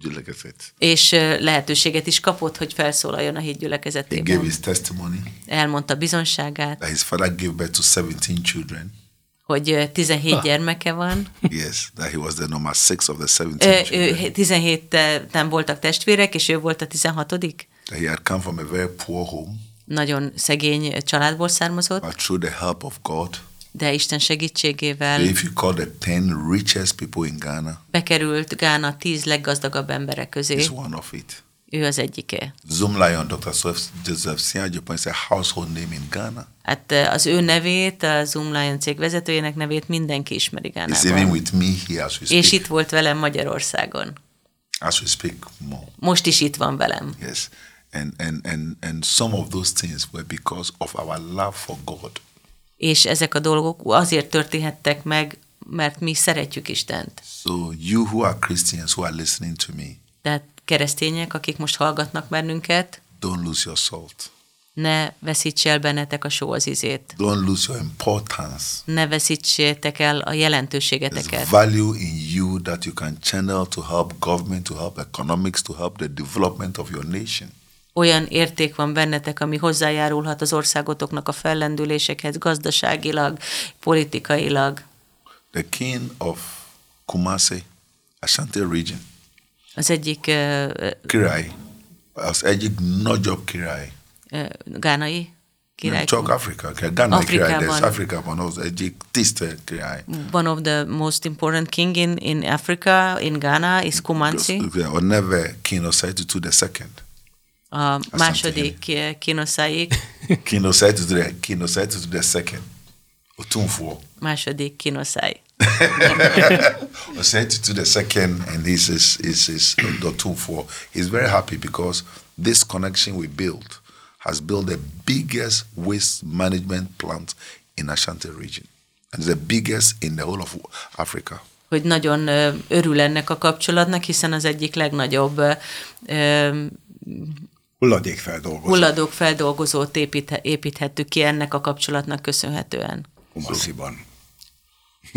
Julegeset.
És ö, lehetőséget is kapott, hogy felszólaljon a
He gave
hídgyülekezetében.
his testimony
Elmondta bizonságát,
that his father gave birth to 17 children.
hogy ö, 17 gyermeke van.
yes, that he was the number six of the 17
Ö,
children.
ő 17 nem voltak testvérek, és ő volt a 16
That he had come from a very poor home,
Nagyon szegény családból származott,
but through the help of God,
de Isten segítségével
if you call the 10 richest people in Ghana,
bekerült Gána 10 leggazdagabb embere közé.
he's one of it.
Ő az egyike.
Zoom Lion, Dr. Joseph Joseph Sianjepong is a household name in Ghana.
Hát eh, az ő nevét, a Zoom Lion cég vezetőjének nevét mindenki ismeri
He's even
Gánában.
with me here as we
És
speak.
itt volt velem Magyarországon.
As we speak more.
Most is itt van velem.
Yes. And, and, and, and some of those things were because of our love for God.
És ezek a dolgok azért történhettek meg, mert mi szeretjük Istent.
So, you who are Christians who are listening to me,
Tehát keresztények, akik most hallgatnak bennünket,
don't lose your salt.
ne veszíts el bennetek a só az ízét.
Don't lose your importance.
Ne veszítsétek el a
There's
jelentőségeteket.
value in you that you can channel to help government, to help economics, to help the development of your nation.
Olyan érték van bennetek, ami hozzájárulhat az országotoknak a fellendülésekhez gazdaságilag, politikailag.
The king of Kumasi, Ashanti region,
Az egyik ö, ö,
Kirai, az egyik nagyobb király.
ö, gánai király.
Csak Afrika, Ghana király,
Afrikában.
de Afrikában az egyik tisztelt király.
One of the most important king in, in Africa, in Ghana, is Kumansi.
Or never King Osaitu the second.
A második kinoszáig,
King Osaitu the King Osaitu the second. Otunfuo.
második kinoszáj.
Osaitu the second and this is is is Otunfuo. He's very happy because this connection we built has built the biggest waste management plant in Ashanti region. And the biggest in the whole of Africa.
Hogy nagyon ö, örül ennek a kapcsolatnak, hiszen az egyik legnagyobb ö, ö,
Hulladékfeldolgozó
hulladók feldolgozót építhe, építhettük ki ennek a kapcsolatnak köszönhetően.
Kumasziban.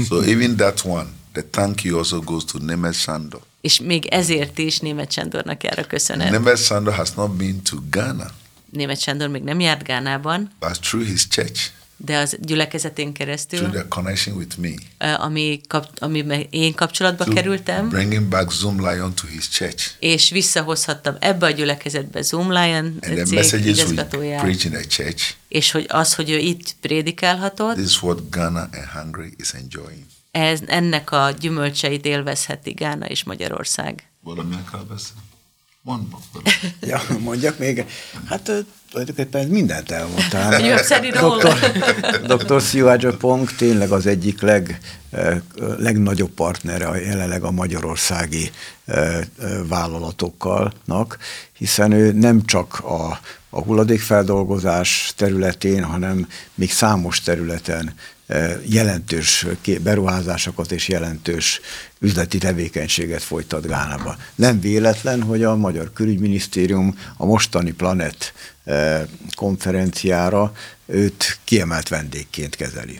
so even that one, the thank you also goes to Nemes Sando.
És még ezért is Németh Sándornak jár a köszönet.
Nemes Sando has not been to Ghana,
Németh Sándor még nem járt Gánában,
but through his church,
de az gyülekezetén keresztül,
through their connection with me.
ö, ami, kap, ami meg én kapcsolatba
to
kerültem,
Bringing back Zoom Lion to his church.
és visszahozhattam ebbe a gyülekezetbe Zoom Lion
And the
cég
messages we
igazgatóját,
preach in the church,
és hogy az, hogy ő itt prédikálhatott,
this is what Ghana and Hungary is enjoying.
ez, ennek a gyümölcseit élvezheti Gána és Magyarország.
Brother Michael Besson. One more.
Ja, mondjak még. Hát ö, tulajdonképpen mindent elmondtál.
Jobb szerint róla.
Dr. Dr. Siwaj Pong tényleg az egyik leg, eh, legnagyobb partnere a- jelenleg a magyarországi eh, eh, vállalatokkalnak, hiszen ő nem csak a, a hulladékfeldolgozás területén, hanem még számos területen eh, jelentős ké- beruházásokat és jelentős üzleti tevékenységet folytat Gánában. Nem véletlen, hogy a Magyar Külügyminisztérium a mostani Planet eh, konferenciára őt kiemelt vendégként kezeli.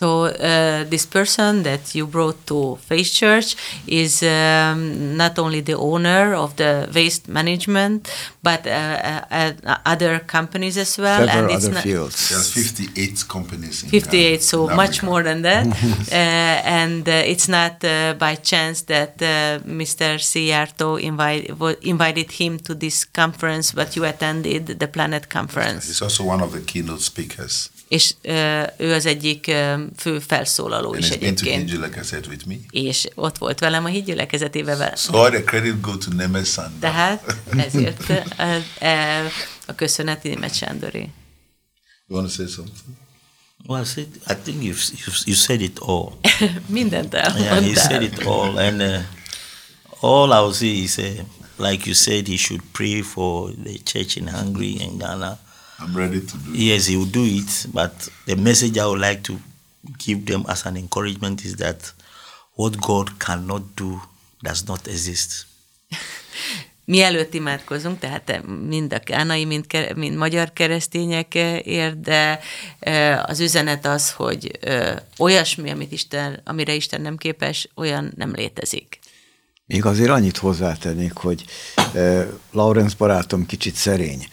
So uh, this person that you brought to Face Church is um, not only the owner of the waste management, but uh, uh, uh, other companies as well.
Several
it's
other
not-
fields.
There's 58 companies in
58, so
Ghana. in
much
Africa.
more than that. uh, and uh, it's not uh, by chance that uh, Mr. Ciarto invite, wa- invited him to this conference, but you attended the Planet Conference.
He's also one of the keynote speakers.
És uh, ő az egyik um, fő felszólaló
And
is
he's been to
egyébként.
Hindu, like I said, with me.
és ott volt velem a hídgyülekezetében velem.
So all the credit go to Nemes and
Tehát hát, ezért e, e, a köszönet Németh Sándoré.
You want to say something?
Well, see, I think you've, you've you said it all.
Mindent
Yeah, he said
elmondtál.
it all, and uh, all I'll say is, uh, like you said, he should pray for the church in Hungary and Ghana.
I'm ready to do it.
Yes, he will do it, but the message I would like to give them as an encouragement is that what God cannot do does not exist.
Mielőtt imádkozunk, tehát mind a kánai, mind, ke- mind magyar keresztények eh, ér, de eh, az üzenet az, hogy eh, olyasmi, amit Isten, amire Isten nem képes, olyan nem létezik.
Még azért annyit hozzátennék, hogy eh, Lawrence barátom kicsit szerény,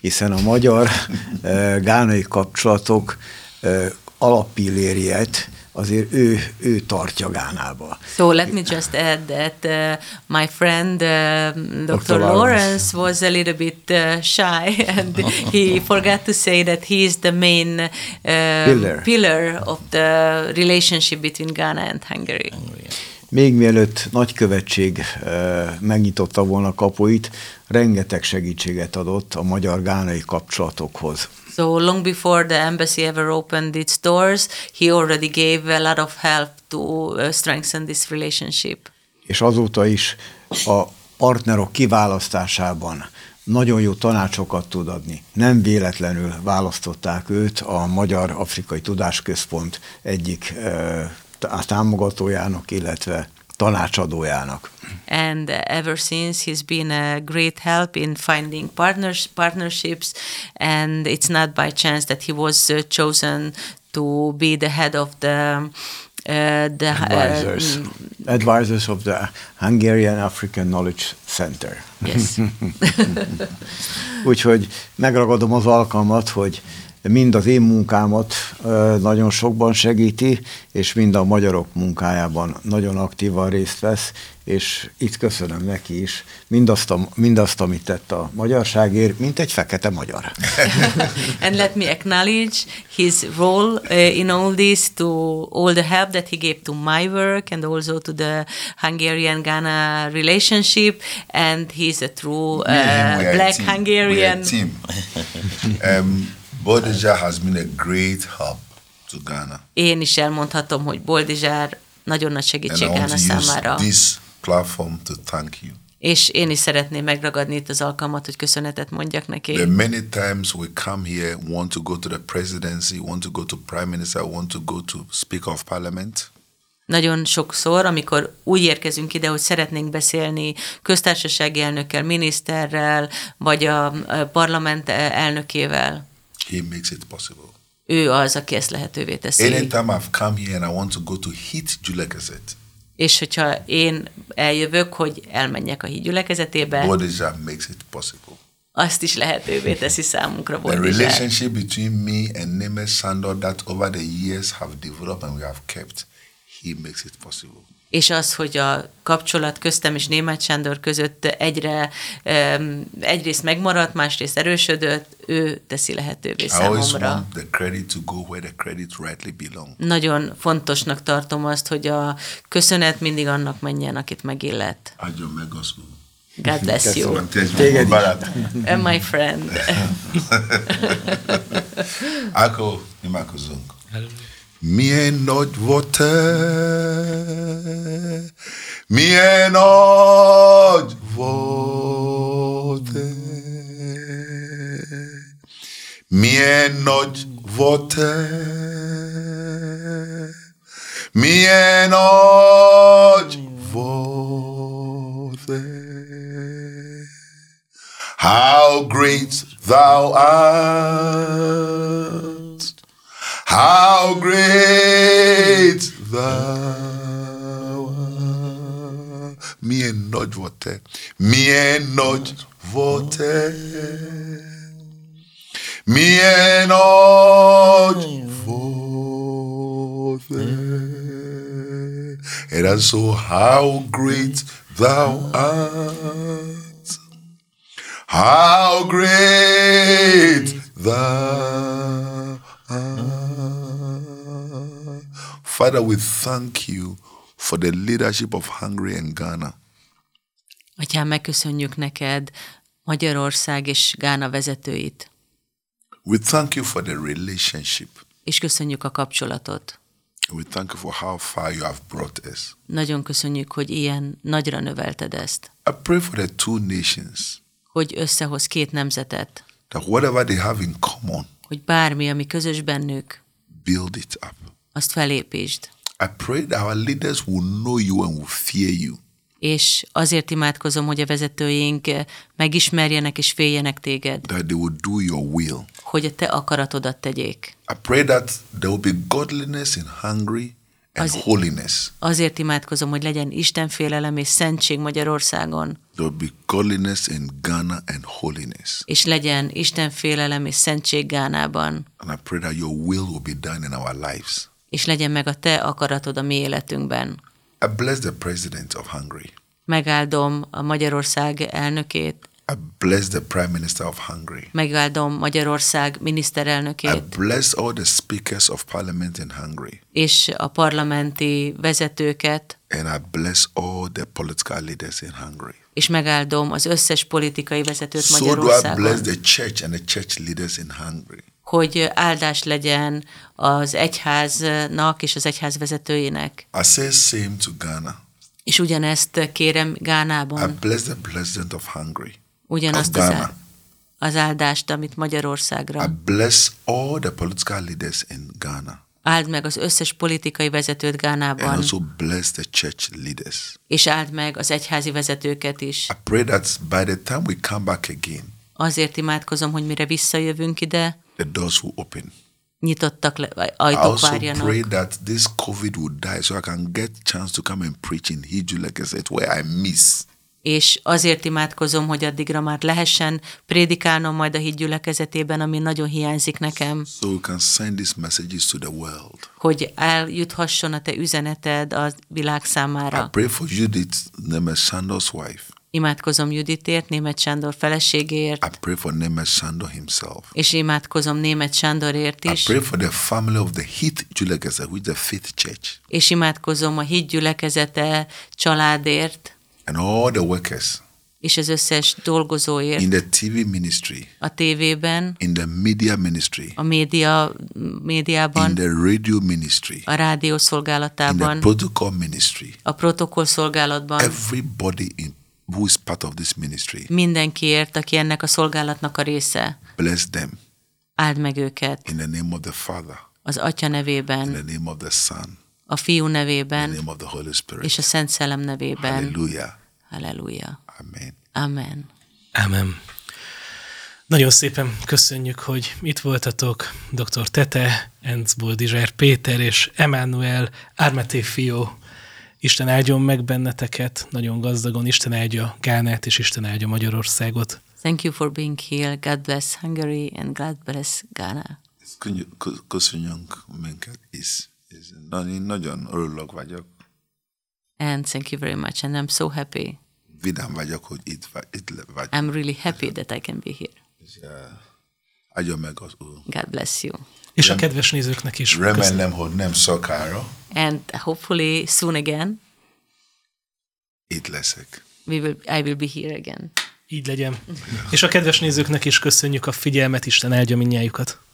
hiszen a magyar-gánai kapcsolatok eh, alappillériet azért ő, ő tartja Gánába.
So let me just add that uh, my friend uh, Dr.
Dr. Lawrence.
Lawrence was a little bit uh, shy and he forgot to say that he is the main uh,
Pillar.
pillar of the relationship between Ghana and Hungary.
Még mielőtt nagykövetség eh, megnyitotta volna kapuit, rengeteg segítséget adott a magyar-gánai kapcsolatokhoz.
So long before the embassy ever opened its doors, he already gave a lot of help to uh, strengthen this relationship.
és azóta is a partnerok kiválasztásában nagyon jó tanácsokat tud adni. Nem véletlenül választották őt a Magyar Afrikai Tudásközpont egyik ö, tá- támogatójának, illetve tanácsadójának.
and uh, ever since he's been a great help in finding partners partnerships and it's not by chance that he was uh, chosen to be the head of the uh, the
Advisors.
Uh,
Advisors of the Hungarian African Knowledge Center.
yes
Úgyhogy megragadom az alkalmat, hogy mind az én munkámat ö, nagyon sokban segíti, és mind a magyarok munkájában nagyon aktívan részt vesz, és itt köszönöm neki is mindazt, a, mindazt amit tett a magyarságért, mint egy fekete magyar.
and let me acknowledge his role uh, in all this to all the help that he gave to my work and also to the Hungarian Ghana relationship and he's a true
Me
uh,
and him, we are a
black
team.
Hungarian
We are a team. um, Bodija has been a great help to Ghana.
én is elmondhatom, hogy Boldizsár nagyon nagy
And
segítség
I want
állna
to use
számára.
this platform to thank you.
És én is szeretném megragadni itt az alkalmat, hogy köszönetet mondjak neki.
The many times we come here, want to go to the presidency, want to go to prime minister, want to go to speaker of parliament.
Nagyon sokszor, amikor úgy érkezünk ide, hogy szeretnénk beszélni köztársasági elnökkel, miniszterrel, vagy a a parlament elnökével,
He makes it possible.
ő az, aki ezt lehetővé teszi.
Anytime I've come here and I want to go to hit Julia Gazette,
És hogyha én eljövök, hogy elmenjek a hídgyülekezetébe,
Bodija makes it possible.
azt is lehetővé teszi számunkra
The
Bordizsák.
relationship between me and Nemes Sandor that over the years have developed and we have kept, he makes it possible.
És az, hogy a kapcsolat köztem és Németh Sándor között egyre em, egyrészt megmaradt, másrészt erősödött, ő teszi lehetővé
I always
számomra.
want the credit to go where the credit rightly belongs.
Nagyon fontosnak tartom azt, hogy a köszönet mindig annak menjen, akit megillet.
Adjon meg gospel.
God bless you.
Téged is.
And my friend.
Ako nimakuzung. Mie not vote. Mie not vote. Mie not vote. Mie not vote. How great thou art! How great thou art! Me and not water. Me and not water. Me and not water. And also, how great thou art! How great thou art. Father, we thank you for the leadership of Hungary and Ghana.
Atyám, megköszönjük neked Magyarország és Gána vezetőit,
We thank you for the relationship.
és köszönjük a kapcsolatot.
We thank you for how far you have brought us.
Nagyon köszönjük, hogy ilyen nagyra növelted ezt,
I pray for the two nations
hogy összehoz két nemzetet,
that whatever they have in common,
hogy bármi, ami közös bennük,
build it up.
azt felépítsd.
I pray that our leaders will know you and will fear you.
És azért imádkozom, hogy a vezetőink megismerjenek és féljenek téged,
That they will do your will.
hogy a te akaratodat tegyék.
I pray that there will be godliness in Hungary and
As-
holiness.
Azért imádkozom, hogy legyen Istenfélelem és szentség Magyarországon,
There will be godliness in Ghana and holiness.
és legyen Istenfélelem és szentség Gánában,
And I pray that your will will be done in our lives.
és legyen meg a te akaratod a mi életünkben.
I bless the president of Hungary.
Megáldom a Magyarország elnökét,
I bless the prime minister of Hungary.
megáldom Magyarország
I
miniszterelnökét,
bless all the speakers of parliament in Hungary.
és a parlamenti vezetőket,
And I bless all the political leaders in Hungary.
és megáldom az összes politikai vezetőt
So do I
Magyarországon,
bless the church and the church leaders in Hungary.
hogy áldás legyen az egyháznak és az egyház vezetőinek.
I say same to Ghana.
És ugyanezt kérem
I
Gánában,
bless the president of Hungary.
ugyanazt
of
az,
Ghana.
á- az áldást, amit Magyarországra.
I bless all the political leaders in Ghana.
Áld meg az összes politikai vezetőt
And
Gánában,
also bless the church leaders.
és áld meg az egyházi vezetőket is.
I pray that by the time we come back again,
Azért imádkozom, hogy mire visszajövünk ide,
the doors will open.
nyitottak le,
I
ajtók
also
várjanak.
pray that this COVID will die so I can get chance to come and preach in Hiju, like I said, where I miss.
És azért imádkozom, hogy addigra már lehessen prédikálnom majd a hídgyülekezetében, ami nagyon hiányzik nekem,
So we can send these messages to the world.
hogy eljuthasson a te üzeneted a világ
I
számára.
pray for Judith Nemes Sandor's wife.
Imádkozom Juditért, Németh Sándor feleségéért,
I pray for Nemes Sandor himself.
és imádkozom Németh Sándorért
I
is,
pray for the family of the Heath Julegazet, which is the fifth church,
és imádkozom a hídgyülekezete családért,
and all the workers
és az összes
in
dolgozóért
the TV ministry,
a tévében,
in the media ministry,
a média,
in
médiában,
the radio ministry,
a rádió
in the
szolgálatában,
protocol ministry.
a protokoll szolgálatban,
Everybody in, who is part of this ministry,
mindenkiért, aki ennek a szolgálatnak a része.
bless them
Áld meg őket
in the name of the Father,
az Atya
in
nevében,
the name of the Son,
a Fiú
in the
nevében
name of the Holy Spirit.
és a Szent Szellem nevében.
Hallelujah.
Halleluja.
Amen.
Amen.
Amen. Nagyon szépen köszönjük, hogy itt voltatok. Dr. Tete, Enz Boldizsár Péter és Emmanuel Ármeté Fió. Isten áldjon meg benneteket, nagyon gazdagon. Isten áldja Gánát és Isten áldja Magyarországot.
Thank you for being here. God bless Hungary and God bless Ghana.
Könyö- kö- Köszönjünk minket is. is. Na, én nagyon örülök vagyok,
And thank you very much. And I'm so happy.
vidám vagyok, hogy itt, va- itt le- vagy.
I'm really happy that I can be here.
És, eh, Áldjon meg az úr.
God bless you.
És a kedves nézőknek is. köszönöm.
Remélem, hogy nem sokára
And hopefully soon again
itt leszek.
we will I will be here again.
Így legyen. És a kedves nézőknek is köszönjük a figyelmet, Isten áldja minnyájukat.